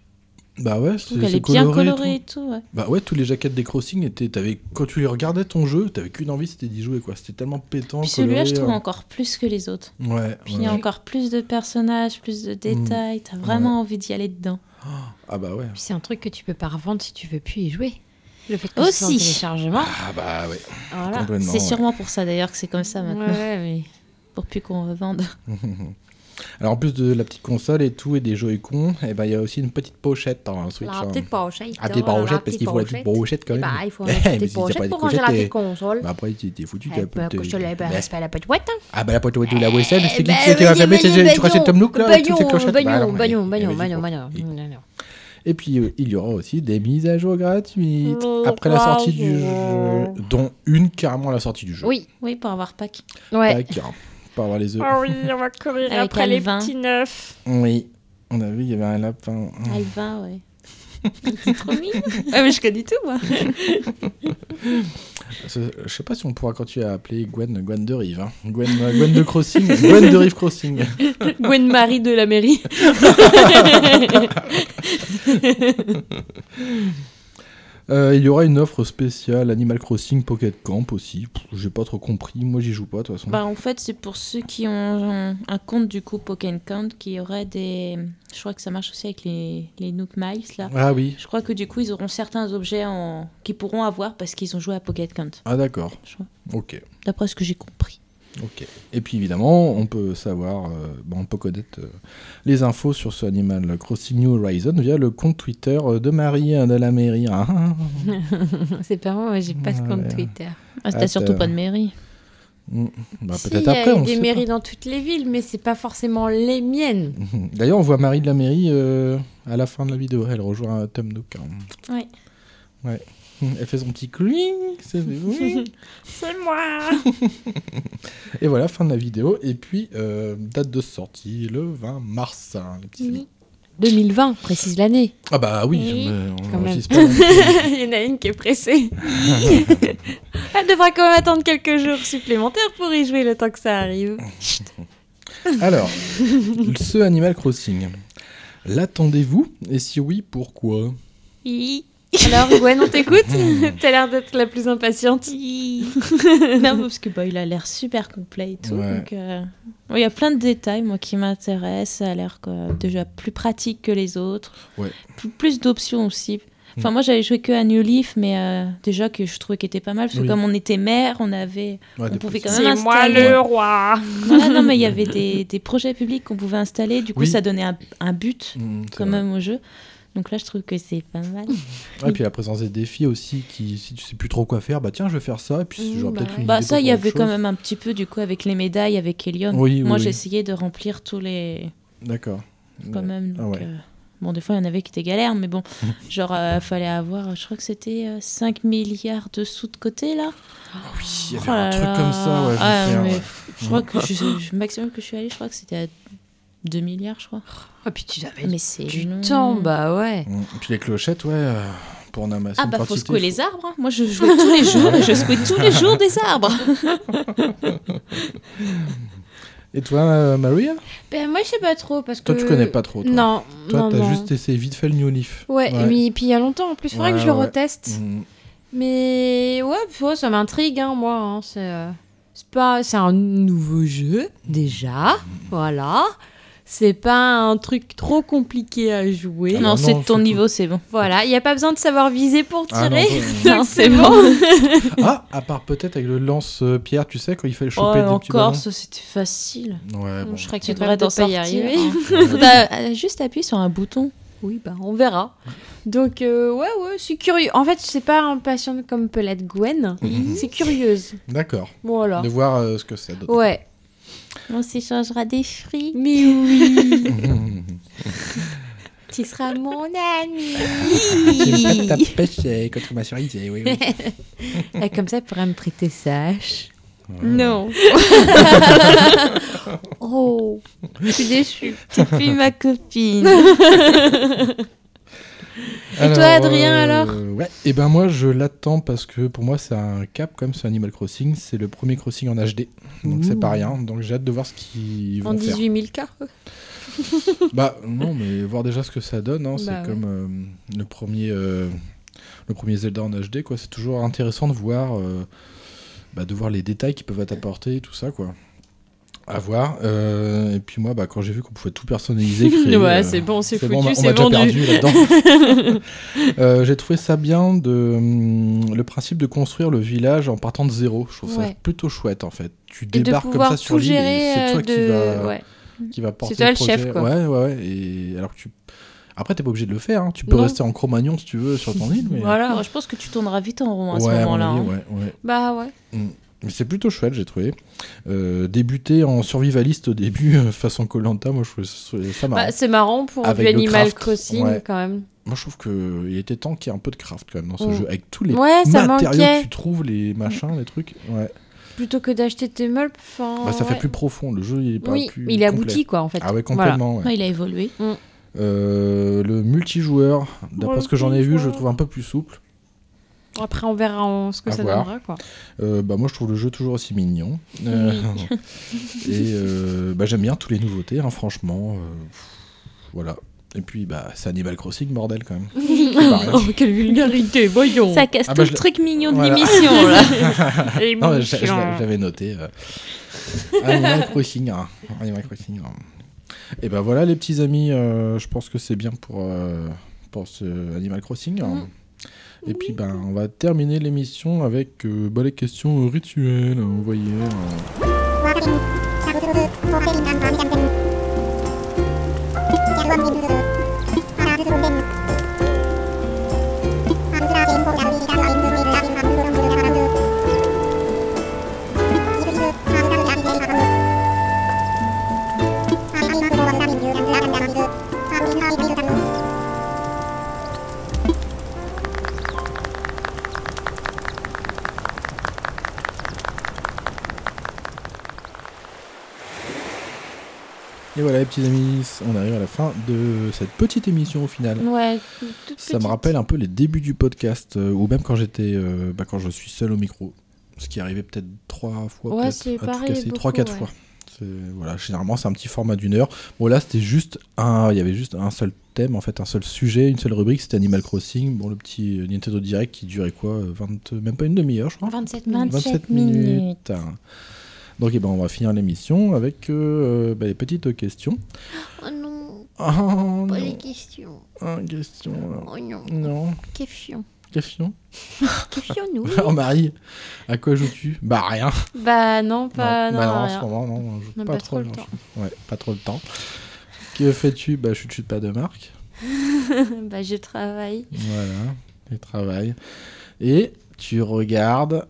C: Bah ouais,
E: Je
C: c'est
E: trouve qu'elle
C: c'est
E: est bien
C: coloré et tout.
E: colorée et tout. ouais.
C: Bah ouais, tous les jaquettes des Crossing étaient. t'avais- quand tu les regardais ton jeu, t'avais qu'une envie, c'était d'y jouer quoi. C'était tellement pétant.
E: Puis celui-là,
C: coloré,
E: je trouve
C: euh,
E: encore plus que les autres.
C: Ouais.
E: Puis
C: ouais. Mm.
E: il y a encore plus de personnages, plus de détails. T'as vraiment envie d'y aller dedans.
C: Ah bah ouais.
F: Puis c'est un truc que tu peux pas revendre si tu veux plus y jouer. Le fait que
E: Aussi.
F: ce soit en téléchargement.
C: Ah bah ouais.
D: Voilà.
C: Complètement. ouais.
E: c'est sûrement pour ça d'ailleurs que c'est comme ça
D: Ouais,
E: maintenant.
D: ouais, mais.
E: Pour plus qu'on revende.
C: Alors en plus de la petite console et tout et des Joy-Con, et bah il y a aussi une petite pochette dans un Switch. hein.
F: pochette.
C: Ah des brochettes parce qu'il faut la petite brochette quand même.
F: Bah, il faut
C: Eh,
F: la
C: mais
F: petite
C: si t'as pas
F: pochette
C: des
F: pour ranger la
C: cochettes,
F: petite
C: t'es-
F: console.
C: Bah après t'es t'es foutu.
F: Eh ben,
C: t'as pas-
F: que je te
C: t'es-
F: la
C: bah,
F: balance pas la petite
D: hein.
F: boîte.
C: Ah bah la pote de la Wessel, c'est qui
F: bah,
C: c'est qui a
F: oui,
C: fait
F: bagnon,
C: c'est- tu crois que c'est
F: bagnon,
C: Tom Nook là toutes ces clochettes Bah,
D: Bagnon,
C: alors,
D: bagnon,
C: eh,
D: bagnon,
C: eh, vas-y,
D: bagnon,
C: quoi.
D: bagnon, bagnon.
C: Et puis euh, il y aura aussi des mises à jour gratuites
D: Oh,
C: après la sortie du jeu,
D: bravo.
C: dont une carrément à la sortie du jeu.
D: Oui.
E: Oui, pour avoir Pâques.
D: Ouais.
C: Tac, hein, pour avoir les œufs.
F: Ah.
D: Ah oui, on va courir
E: Avec après les Alvin. petits
D: neufs.
C: Oui, on a vu, il y avait un lapin.
E: Alvin, Ah, ouais. c'est trop mignon. Ah, mais je connais tout, moi.
C: Je je sais pas si on pourra continuer à appeler Gwen Gwen de Rive. hein. Gwen, euh, Gwen de Crossing. Gwen de Rive Crossing.
D: Gwen Marie de la mairie.
C: Euh, il y aura une offre spéciale Animal Crossing Pocket Camp aussi. Pff, J'ai pas trop compris. Moi, j'y joue pas de toute façon.
E: Bah, en fait, c'est pour ceux qui ont un- un compte du coup Pokémon Count qui aurait des. Je crois que ça marche aussi avec les, les Nook Miles là.
C: Ah oui.
E: Je crois que du coup, ils auront certains objets en... qu'ils pourront avoir parce qu'ils ont joué à Pocket Count,
C: Ah d'accord.
E: Je crois.
C: Ok.
E: d'après ce que j'ai compris.
C: Ok. Et puis évidemment, on peut savoir, euh, bon, on peut connaître euh, les infos sur ce Animal Crossing New Horizon via le compte Twitter euh, de Marie euh, de la mairie. Ah, ah, ah.
D: C'est pas moi, j'ai pas ce compte
C: Ouais.
D: Twitter.
E: Ah,
C: Ah,
E: t'as surtout
C: t'as-
E: pas de mairie.
C: Mm. Bah,
D: Si,
C: peut-être
D: il y a
C: après. on
D: des
C: sait pas.
D: mairies dans toutes les villes, mais c'est pas forcément les miennes.
C: Mhm. D'ailleurs, on voit Marie de la mairie euh, à la fin de la vidéo. Elle rejoint euh, Tom Nook. hein.
E: Ouais.
C: Ouais. Mhm. Elle fait son petit cling. C'est oui.
D: C'est moi
C: Et voilà, fin de la vidéo. Et puis, euh, date de sorcie, le 20 mars. hein, les petits amis.
D: 2020, précise l'année.
C: Ah bah oui,
D: Oui,
C: mais on
D: quand même.
C: enregistre pas.
D: il y en a une qui est pressée. Elle devra quand même attendre quelques jours supplémentaires pour y jouer le temps que ça arrive.
C: Alors, ce Animal Crossing, l'attendez-vous Et si oui, pourquoi
E: Hi,
D: Alors Gwen, on t'écoute T'as l'air d'être la plus impatiente.
E: hi. non, parce que bah, il a l'air super complet et tout.
C: Ouais.
E: donc, euh, ouais, il y a plein de détails moi qui m'intéressent. Ça a l'air quoi, déjà plus pratique que les autres.
C: Ouais. Mm.
E: Plus- Plus d'options aussi. Enfin, moi, j'avais joué que à New Leaf, mais euh, déjà que je trouvais qu'il était pas mal, parce que
C: Oui.
E: comme on était maire, on avait,
C: Ouais,
E: on
C: des
E: pouvait
C: petits-
E: quand même installer.
D: roi
E: Voilà, non, mais il y avait des, des projets publics qu'on pouvait installer. Du coup,
C: Oui.
E: ça donnait un, un but
C: Mm, c'est
E: quand
C: vrai.
E: même au jeu. Donc là, je trouve que c'est pas mal.
C: Ouais, puis la présence des défis aussi, qui, si tu sais plus trop quoi faire, bah tiens, je vais faire ça, et puis
F: Mm,
C: j'aurai
F: bah
C: peut-être
F: ouais.
C: une
E: Bah,
C: idée
E: ça,
C: pour
E: il y
C: faire autre
E: avait quand
C: chose.
E: même un petit peu, du coup, avec les médailles, avec Helium.
C: Oui, oui,
E: moi,
C: oui.
E: j'essayais de remplir tous les.
C: D'accord.
E: quand même.
C: Ah
E: donc,
C: ouais.
E: euh, Bon, des fois, il y en avait qui étaient galères, mais bon, genre, euh, fallait avoir, je crois que c'était euh, 5 milliards de sous de côté, là.
C: Oui, il y avait
E: Oh
C: un
E: là
C: truc
E: là.
C: comme ça, ouais. je me
E: Ah,
C: souviens,
E: mais
C: ouais.
E: Je crois que je, je- maximum que je suis allée, je crois que c'était à 2 milliards, je crois.
D: Oh,
F: Ah, puis tu avais
E: Mais c'est
F: du
E: long.
F: temps, bah ouais.
C: Mm. Et Puis les clochettes, ouais, euh, pour en amasser
E: Ah
C: une
E: bah faut
C: quantité,
E: secouer les arbres. hein. Moi je jouais tous les jours et je secouais tous les jours des arbres.
C: Et toi, euh, Maria
F: Ben moi, je sais pas trop, parce
C: Toi,
F: que...
C: tu connais pas trop. Toi.
F: Non,
C: Toi,
F: non,
C: t'as
F: non.
C: juste essayé vite fait le New Leaf.
F: Ouais, mais puis il y a longtemps en plus, faudrait
C: Ouais,
F: que je le
C: ouais, ouais.
F: reteste.
C: Mm.
F: Mais ouais, pff, ouais, ça m'intrigue, hein, moi. hein, c'est euh, c'est pas, c'est un nouveau jeu déjà, voilà.
D: C'est pas un truc trop compliqué à jouer.
C: Ah
E: non
C: non,
E: c'est
C: non,
E: de ton
C: c'est
E: niveau c'est bon.
F: Voilà, il n'y a pas besoin de savoir viser pour
C: Ah, non,
F: tirer.
C: toi,
E: Non,
F: Donc,
E: c'est bon.
C: euh, ah, à part peut-être avec le lance-pierre, tu sais, quand il fallait
E: Oh,
C: choper des
E: en
C: petits ballons.
E: Corse c'était facile.
C: Ouais, bon.
F: Je serais
E: Tu
F: contente
E: devrais
F: de
E: t'en
F: pas y
E: sortir.
F: arriver.
E: hein. Faudra, euh, juste appuyer sur un bouton.
F: Oui, bah on verra. Donc euh, ouais, ouais, je suis curieux. En fait, je suis pas impatiente comme peut l'être Gwen.
C: Mm-hmm.
F: C'est curieuse.
C: D'accord.
F: Voilà.
C: De voir euh, ce que ça donne.
F: Ouais.
E: On s'échangera des fruits.
F: Mais oui,
C: Mhm.
F: tu seras mon ami.
G: Tu pas ta pêche euh, quand on m'a surrisé, oui, oui.
F: Et Eh, comme ça, elle pourrait me prêter sa hache.
E: Non.
F: Oh, je suis déçue.
E: T'es plus ma copine.
C: Alors, euh,
F: toi, Adrien, alors
C: Ouais, et ben moi je l'attends parce que pour moi c'est un cap comme c'est Animal Crossing, c'est le premier crossing en HD, donc c'est pas rien, donc j'ai hâte de voir ce qu'ils vont
D: En
C: faire.
D: 18 000 cas.
C: Bah non, mais voir déjà ce que ça donne, hein, c'est
D: Bah ouais.
C: comme euh, le premier euh, le premier Zelda en HD quoi, c'est toujours intéressant de voir euh, bah, de voir les détails qu'ils peuvent être apportés et tout ça quoi. À voir. euh, et puis moi bah quand j'ai vu qu'on pouvait tout personnaliser, créer,
D: ouais,
C: euh,
D: c'est bon, c'est
C: bon,
D: foutu,
C: on
D: c'est
C: m'a déjà
D: vendu.
C: perdu là-dedans. Euh, J'ai trouvé ça bien de hum, le principe de construire le village en partant de zéro. Je trouve ça
F: Ouais.
C: plutôt chouette en fait. Tu
F: Et de
C: débarques comme
F: pouvoir
C: ça sur
F: tout
C: l'île et
F: gérer
C: c'est
F: euh,
C: toi qui
F: de.
C: va
F: ouais.
C: qui va porter
F: toi le
C: projet.
F: chef, quoi.
C: Ouais, ouais, ouais. Et alors que tu après t'es pas obligé de le faire. hein. Tu peux
F: Non.
C: rester en Cro-Magnon si tu veux sur ton île. Mais...
E: Alors, je pense que tu tourneras vite en rond à
C: Ouais,
E: ce
C: à mon
E: moment-là.
C: avis,
E: hein.
C: ouais, ouais.
F: Bah ouais.
C: Mais c'est plutôt chouette, j'ai trouvé. Euh, débuter en survivaliste au début, euh, façon Colanta, moi je trouvais ça- ça marrant.
F: Bah, c'est marrant pour
C: Avec
F: du
C: le
F: Animal
C: craft,
F: Crossing
C: ouais.
F: quand même.
C: Moi, je trouve que il était temps qu'il y ait un peu de craft quand même dans ce
F: Mm.
C: jeu, avec tous les
F: Ouais, ça
C: matériaux que
F: manquait.
C: tu trouves, les machins, les trucs. Ouais.
F: Plutôt que d'acheter tes meubles, enfin.
C: Bah, ça fait
F: ouais.
C: plus profond. Le jeu, il est pas
F: Oui,
C: plus.
F: il
C: complet.
F: aboutit quoi en fait.
C: Ah ouais,
F: Voilà.
C: complètement. ouais.
E: Ouais, il a évolué.
C: Euh, le multijoueur, d'après ce que j'en ai vu, je le trouve un peu plus souple.
F: Après, on verra en- ce que
C: À
F: ça
C: voir.
F: donnera quoi.
C: Euh, bah, moi, je trouve le jeu toujours aussi mignon. Euh, et euh, bah, j'aime bien toutes les nouveautés, hein, franchement. euh, pff, voilà. Et puis, bah, c'est Animal Crossing, bordel quand même. C'est pas
F: Oh,
C: rien.
D: quelle vulgarité, voyons.
E: Ça casse
C: Ah bah,
E: tout
C: je
E: le
C: l'ai-
E: truc mignon de
C: Voilà.
E: l'émission là.
C: Non, mais j'a- j'a- j'avais noté. euh, Animal Crossing. hein. Animal Crossing. hein. Et ben voilà, les petits amis, euh, je pense que c'est bien pour, euh, pour ce Animal Crossing. hein. Et puis, ben, on va terminer l'émission avec euh, bah, les questions rituelles hein, envoyées. euh. Et voilà, les petits amis, on arrive à la fin de cette petite émission au final.
F: Ouais,
C: Ça me rappelle un peu les débuts du podcast, euh, ou même quand j'étais, euh, bah, quand je suis seul au micro, ce qui arrivait peut-être trois fois,
F: Ouais,
C: peut-être,
F: c'est
C: à tout
F: pareil,
C: casser, trois,
F: beaucoup,
C: quatre
F: ouais.
C: fois. C'est- Voilà, généralement c'est un petit format d'une heure. Bon là c'était juste un, il y avait juste un seul thème en fait, un seul sujet, une seule rubrique, c'était Animal Crossing. Bon le petit euh, Nintendo Direct qui durait quoi, euh, 20, même pas une demi-heure je crois.
F: 27
E: minutes.
C: 27
E: 27
C: minutes. euh, Donc eh ben, on va finir l'émission avec euh, bah, les petites questions.
F: Oh non.
C: Oh
G: Pas
C: non,
G: les questions.
C: Ah, question.
G: Oh non.
C: euh, Non,
G: Question.
C: question.
G: Question, nous.
C: Alors Marie, à quoi joues-tu Bah rien.
D: Bah non, pas.
C: Non,
D: Non,
C: bah non, en
D: rien.
C: ce moment, non, je joue
D: Non,
C: pas,
D: pas
C: trop.
D: trop le
C: non,
D: temps.
C: je- Ouais, pas trop le temps. Que fais-tu Bah je ne chute pas de marque.
D: bah je travaille.
C: Voilà, et travail. Et tu regardes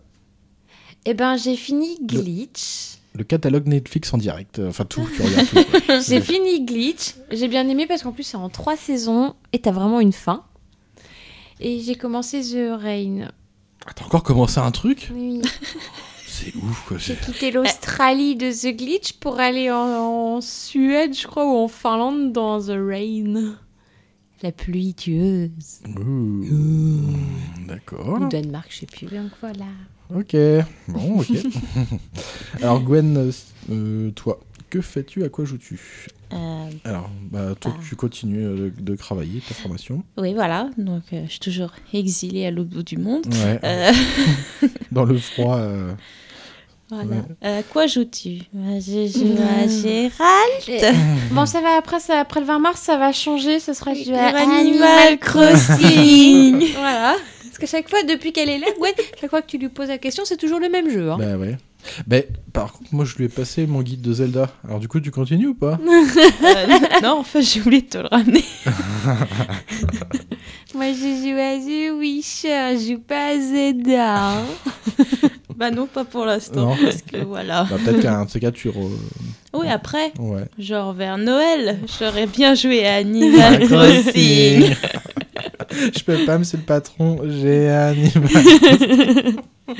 D: Eh ben j'ai fini Glitch.
C: le catalogue Netflix en direct. Enfin tout, tu regardes tout. quoi.
D: J'ai fini Glitch. J'ai bien aimé parce qu'en plus c'est en trois saisons et t'as vraiment une fin. Et j'ai commencé The Rain.
C: Ah, T'as encore commencé un truc
D: Oui.
C: C'est ouf quoi.
D: J'ai
C: c'est-
D: quitté l'Australie de The Glitch pour aller en, en Suède, je crois, ou en Finlande dans The Rain. La pluie tueuse.
C: Ouh. D'accord.
D: Ou Danemark, je sais plus. Donc voilà.
C: Ok. Bon, ok. Alors Gwen, euh, euh, toi, que fais-tu À quoi joues-tu
E: Euh,
C: Alors, bah, toi,
E: Ah.
C: tu continues euh, de, de travailler ta formation.
E: oui, voilà. Donc, euh, je suis toujours exilée à l'autre bout du monde.
C: Ouais.
E: Euh,
C: Dans le froid. euh,
E: voilà.
C: Ouais.
E: Euh, quoi joues-tu Ah, Bah, Je joue à Gérald.
D: Euh, Bon, ça va, après, ça, après le 20 mars, ça va changer. Ce sera du
E: Animal Crossing.
D: Voilà. Parce que chaque fois, depuis qu'elle est là, Gwen, chaque fois que tu lui poses la question, c'est toujours le même jeu. hein.
C: Bah ouais. Bah, par contre, moi, je lui ai passé mon guide de Zelda. Alors, du coup, tu continues ou pas
E: Euh, non, en fait, je voulais te le ramener.
D: Moi, je joue à The Witcher, je joue pas à Zelda. hein.
E: Bah non, pas pour
C: Non.
E: l'instant. Parce que voilà.
C: Bah, Peut-être qu'un de ces cas, tu. re-
E: Oui, après,
C: Ouais.
E: genre vers Noël, j'aurais bien joué à Animal Crossing.
C: je peux pas, monsieur le patron. J'ai un animal.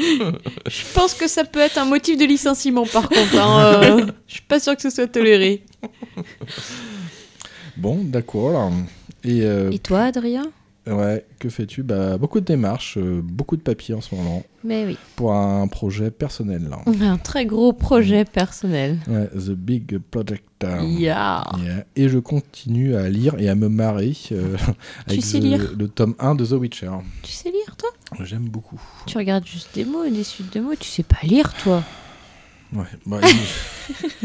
H: Je pense que ça peut être un motif de licenciement, par contre. hein, euh, je suis pas sûre que ce soit toléré.
C: Bon, d'accord. Et, euh,
D: Et toi, Adrien
C: ouais, que fais-tu Bah, beaucoup de démarches, euh, beaucoup de papiers en ce moment.
D: Mais oui.
C: pour un projet personnel. là.
D: Un très gros projet personnel.
C: Ouais, the Big Project. euh,
D: Yeah.
C: yeah. Et je continue à lire et à me marrer euh, avec
D: sais
C: the-
D: lire
C: le tome 1 de The Witcher.
D: Tu sais lire, toi
C: J'aime beaucoup.
D: Tu regardes juste des mots, des suites de mots. Tu sais pas lire, toi.
C: Ouais, bah,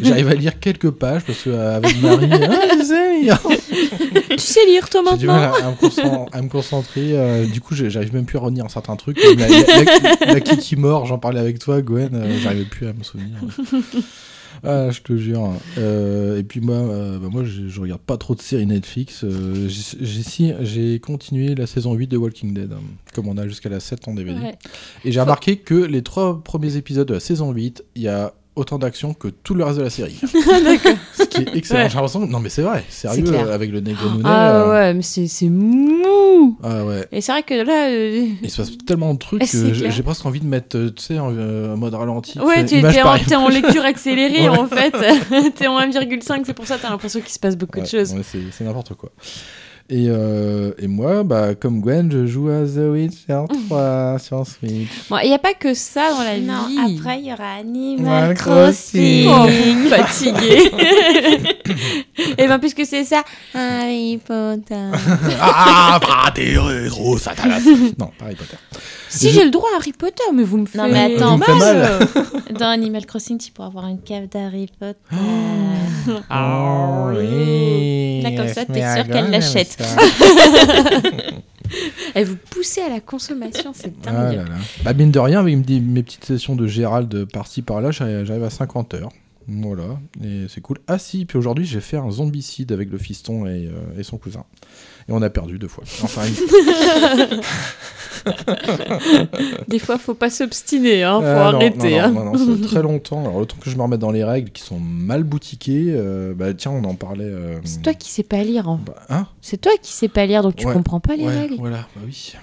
C: J'arrive à lire quelques pages parce qu'avec Marie, ah, je sais lire.
D: tu sais lire, toi,
C: j'ai du mal à, à me concen- à me concentrer. euh, du coup, j'ai- j'arrive même plus à revenir en certains trucs. comme la, la, la- la Kiki mort, j'en parlais avec toi, Gwen, euh, j'arrivais plus à me souvenir. Ah, je te jure. Euh, et puis moi, euh, bah moi, je, je regarde pas trop de séries Netflix. Euh, j'ai- j'ai si- j'ai continué la saison 8 de Walking Dead, hein, comme on a jusqu'à la 7 en DVD.
D: Ouais.
C: Et j'ai remarqué que les trois premiers épisodes de la saison 8, il y a autant d'action que tout le reste de la série. Ce qui est excellent. J'ai l'impression, non mais c'est vrai, sérieux,
D: clair.
C: euh, avec le euh, Negro
D: Ah ouais, mais c'est c'est mou.
C: Ah ouais.
D: Et c'est vrai que là, euh,
C: Il se passe tellement de trucs
D: Et
C: que
D: c'est
C: j'ai
D: clair.
C: j'ai presque envie de mettre, euh, tu sais, en euh, en mode ralenti.
D: ouais,
C: tu
D: tu
C: sais, image
D: t'es en,
C: par
D: t'es en lecture accélérée
C: Ouais.
D: en fait. t'es en 1,5, c'est pour ça que t'as l'impression qu'il se passe beaucoup
C: Ouais,
D: de choses.
C: ouais, c'est c'est n'importe quoi. Et, euh, et moi, bah, comme Gwen, je joue à The Witcher 3 sur Switch.
D: Bon, il n'y a pas que ça dans Oh la
E: Non,
D: vie.
E: après, il y aura
C: Animal
E: Animal Crossing.
D: Oh, fatigué. Et ben puisque c'est ça, Harry Potter.
C: ah, pas des rétro, Satanas Non, pas Harry Potter.
D: Si j'ai le droit à Harry Potter, mais vous me faites
E: Non, mais attends,
C: Vous me faites mal.
E: dans Animal Crossing, tu pourras avoir une cave d'Harry Potter.
C: Ah oui.
E: Là, comme ça, t'es sûr qu'elle l'achète.
D: Elle vous poussez à la consommation, c'est dingue.
C: Ah là là. Bah, mine de rien, avec mes- mes petites sessions de Gérald par-ci par-là, j'arri- j'arrive à 50 heures. Voilà, et c'est cool. Ah si, puis aujourd'hui j'ai fait un zombicide avec le fiston et, euh, et son cousin. Et on a perdu deux fois. Enfin, une-
H: Des fois, faut pas s'obstiner, hein, faut
C: Ah, non,
H: arrêter.
C: Non,
H: hein.
C: non, non, non, c'est très longtemps. Alors le temps que je me remette dans les règles qui sont mal boutiquées, euh, bah tiens, on en parlait. euh,
D: C'est toi qui sais pas lire. hein.
C: bah, hein
D: C'est toi qui sais pas lire, donc tu
C: Ouais,
D: comprends pas les
C: Ouais,
D: règles.
C: voilà, bah oui.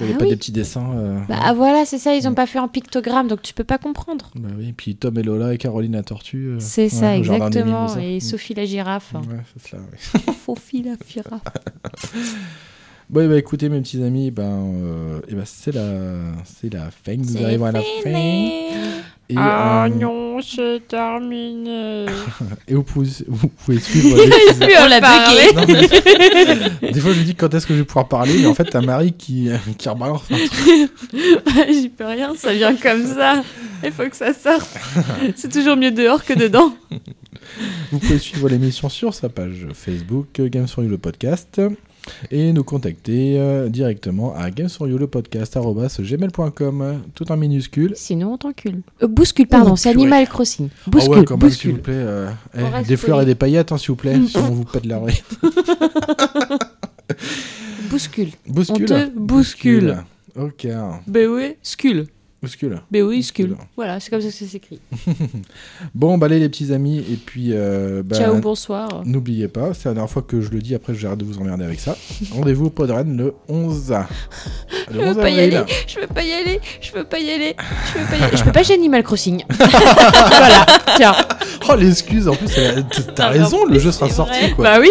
C: Il n'y
D: Ah
C: pas
D: oui.
C: des petits dessins. euh,
D: Bah ah, voilà, c'est ça, ils
C: Mm.
D: ont pas fait en pictogramme, donc tu peux pas comprendre.
C: bah oui. Et puis Tom et Lola et Caroline la tortue. euh,
D: C'est ça,
C: ouais, au jardin des
D: exactement.
C: Mimosas.
D: Et Sophie la girafe.
C: Ouais, c'est ça, ouais.
D: Sophie la girafe.
C: Bon, eh ben, écoutez, mes petits amis, ben, euh, eh ben, c'est la, c'est la fin. Nous
E: C'est
C: arrivons à la fin. Et, euh,
H: Ah, non, c'est terminé.
C: et vous, pouvez, vous pouvez suivre. les-
H: on l'a bugué.
C: Non, mais- Des fois, je me dis quand est-ce que je vais pouvoir parler, mais en fait, t'as Marie qui, euh, qui rebalance. hein. un truc.
H: J'y peux rien, ça vient comme ça. Il faut que ça sorte. C'est toujours mieux dehors que dedans.
C: Vous pouvez suivre l'émission sur sa page Facebook euh, Games for You le podcast et nous contacter euh, directement à games for you le podcast arobase gmail.com tout en minuscule.
F: Sinon, on t'encule. Euh, bouscule, pardon,
C: Oh,
F: c'est
C: purée.
F: Animal Crossing.
C: Ah
F: Bouscule,
C: ouais, quand même,
F: bouscule.
C: s'il vous plaît. euh, eh,
F: reste
C: des fleurs et
F: poli.
C: des paillettes, hein, s'il vous plaît, sinon on vous pète la oreille.
F: Bouscule.
C: Bouscule.
D: On te bouscule.
C: Ok.
D: BOE, scule.
C: Bouscule.
D: BOE, scule.
C: Bouscule.
D: Voilà, c'est comme ça que ça s'écrit.
C: Bon, bah allez les petits amis, et puis... euh, bah,
D: Ciao, bonsoir.
C: N'oubliez pas, c'est la dernière fois que je le dis, après j'arrête de vous emmerder avec ça. Rendez-vous au Podren le 11. Le
F: Je
C: 11
F: veux pas y
C: avril.
F: aller, je veux pas y aller, je veux pas y aller, je veux pas y aller. Je peux pas, j'ai Animal Crossing.
D: Tiens,
C: Oh l'excuse, en plus, elle a- t'as- t'as
E: Non, mais en
C: raison, le
E: plus,
C: jeu sera
E: c'est
C: sorti
E: vrai.
C: quoi.
D: bah oui,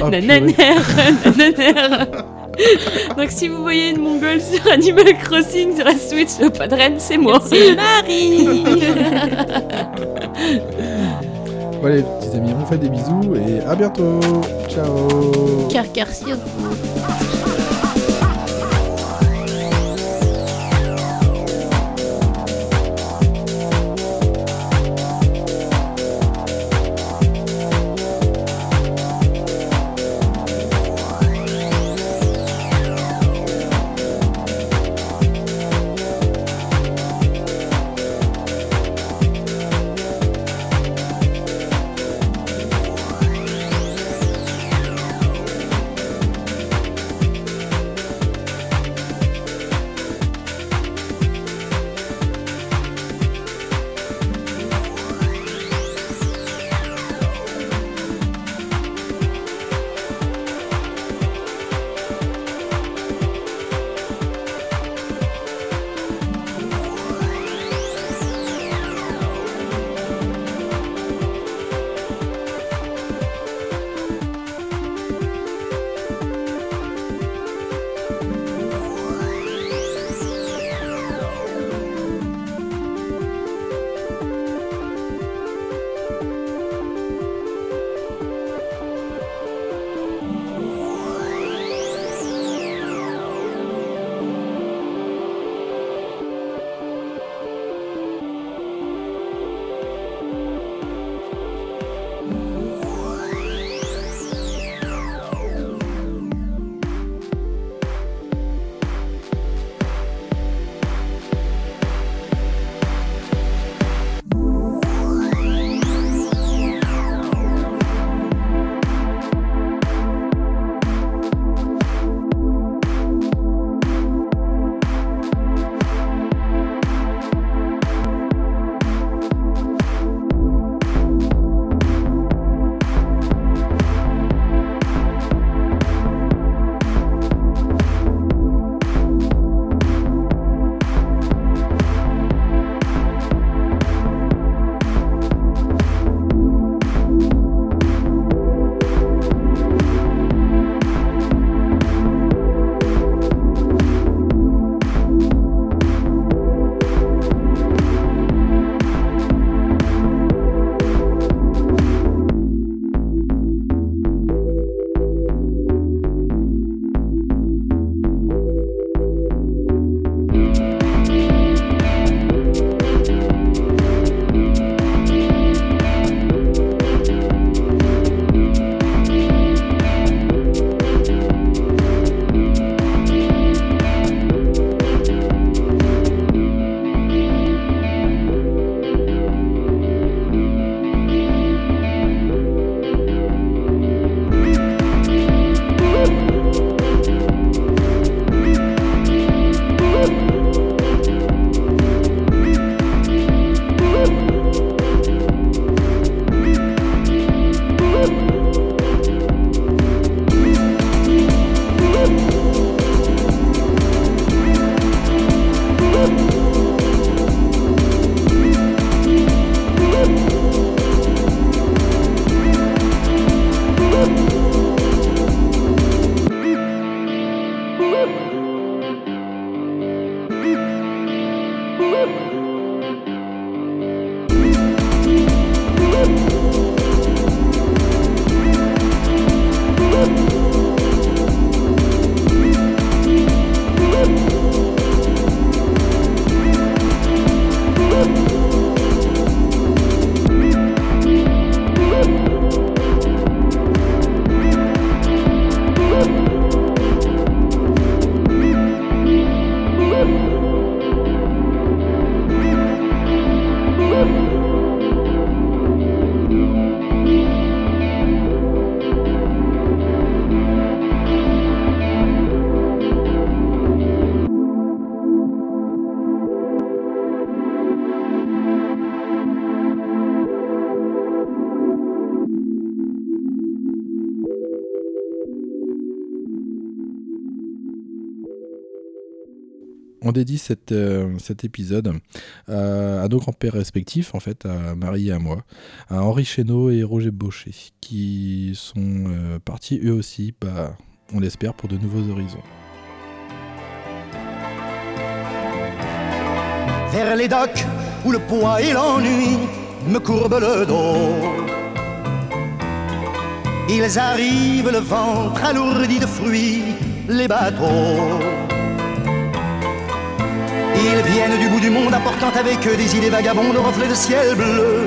C: Oh, purée.
D: nananer, nananer. Donc si vous voyez une mongole sur Animal Crossing sur la Switch, le podren, c'est moi.
E: C'est Marie
C: Voilà les petits amis, on vous fait des bisous et à bientôt. Ciao.
F: Car, car, si,
C: on dédie cette, euh, cet épisode euh, à nos grands-pères respectifs, en fait, à Marie et à moi, à Henri Chéneau et Roger Baucher, qui sont euh, partis eux aussi, bah, on l'espère, pour de nouveaux horizons.
I: vers les docks où le poids et l'ennui me courbent le dos. Ils arrivent le ventre alourdi de fruits, les bateaux. Ils viennent du bout du monde apportant avec eux des idées vagabondes aux reflets de ciel bleu,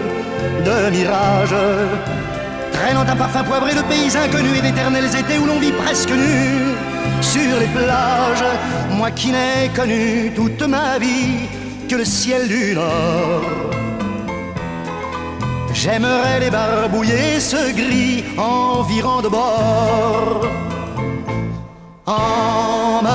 I: de mirages. Traînant un parfum poivré de pays inconnus et d'éternels étés où l'on vit presque nu sur les plages. Moi qui n'ai connu toute ma vie que le ciel du Nord. J'aimerais les barbouiller ce gris environ de bord. Emmenez-moi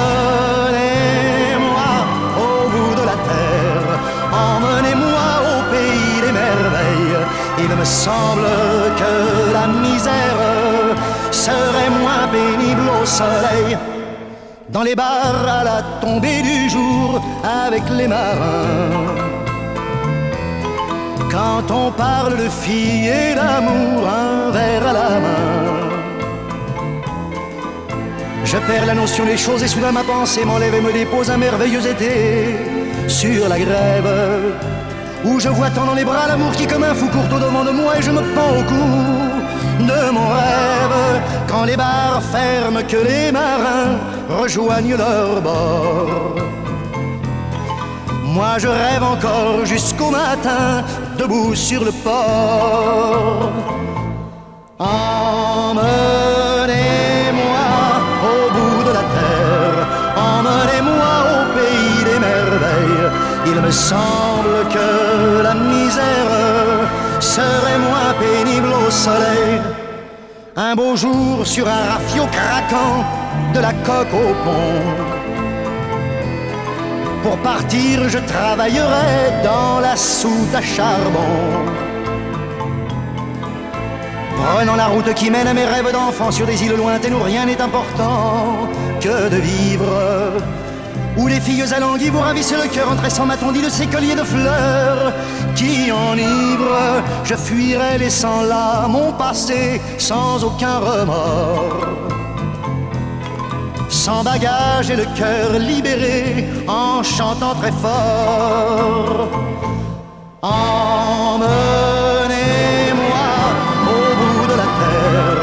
I: au bout de la terre, emmenez-moi au pays des merveilles. Il me semble que la misère serait moins pénible au soleil dans les bars à la tombée du jour avec les marins. Quand on parle de filles et d'amour, un verre à la main. Je perds la notion des choses et soudain ma pensée m'enlève et me dépose un merveilleux été sur la grève. Où je vois tant dans les bras l'amour qui comme un fou court au devant de moi et je me pends au cou de mon rêve. Quand les bars ferment, que les marins rejoignent leur bord. Moi je rêve encore jusqu'au matin, debout sur le port. Emmenez-moi au bout de la terre, emmenez-moi au pays des merveilles. Il me semble que la misère serait moins pénible au soleil. Un beau jour sur un rafio craquant de la coque au pont. Pour partir, je travaillerai dans la soute à charbon. Prenant la route qui mène à mes rêves d'enfant sur des îles lointaines où rien n'est important que de vivre. Où les filles alanguies vous ravissent le cœur en tressant ma tondie de ces colliers de fleurs qui enivrent. Je fuirai laissant là mon passé sans aucun remords. Sans bagage et le cœur libéré en chantant très fort. Emmenez-moi au bout de la terre,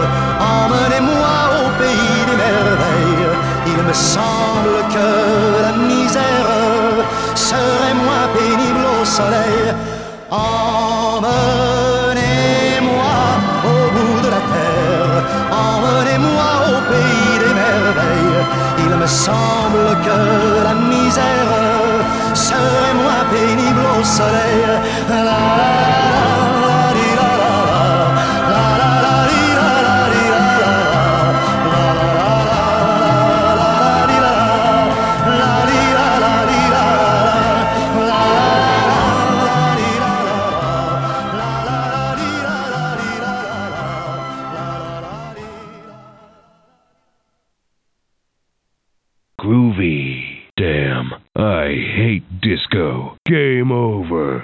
I: emmenez-moi au pays des merveilles. Il me semble que la misère serait moins pénible au soleil. Emmenez-moi au bout de la terre, emmenez-moi au pays des merveilles. Il me semble que la misère serait moins pénible au soleil. La, la, la, la, di, la, la.
A: Groovy. Damn. I hate disco. Game over.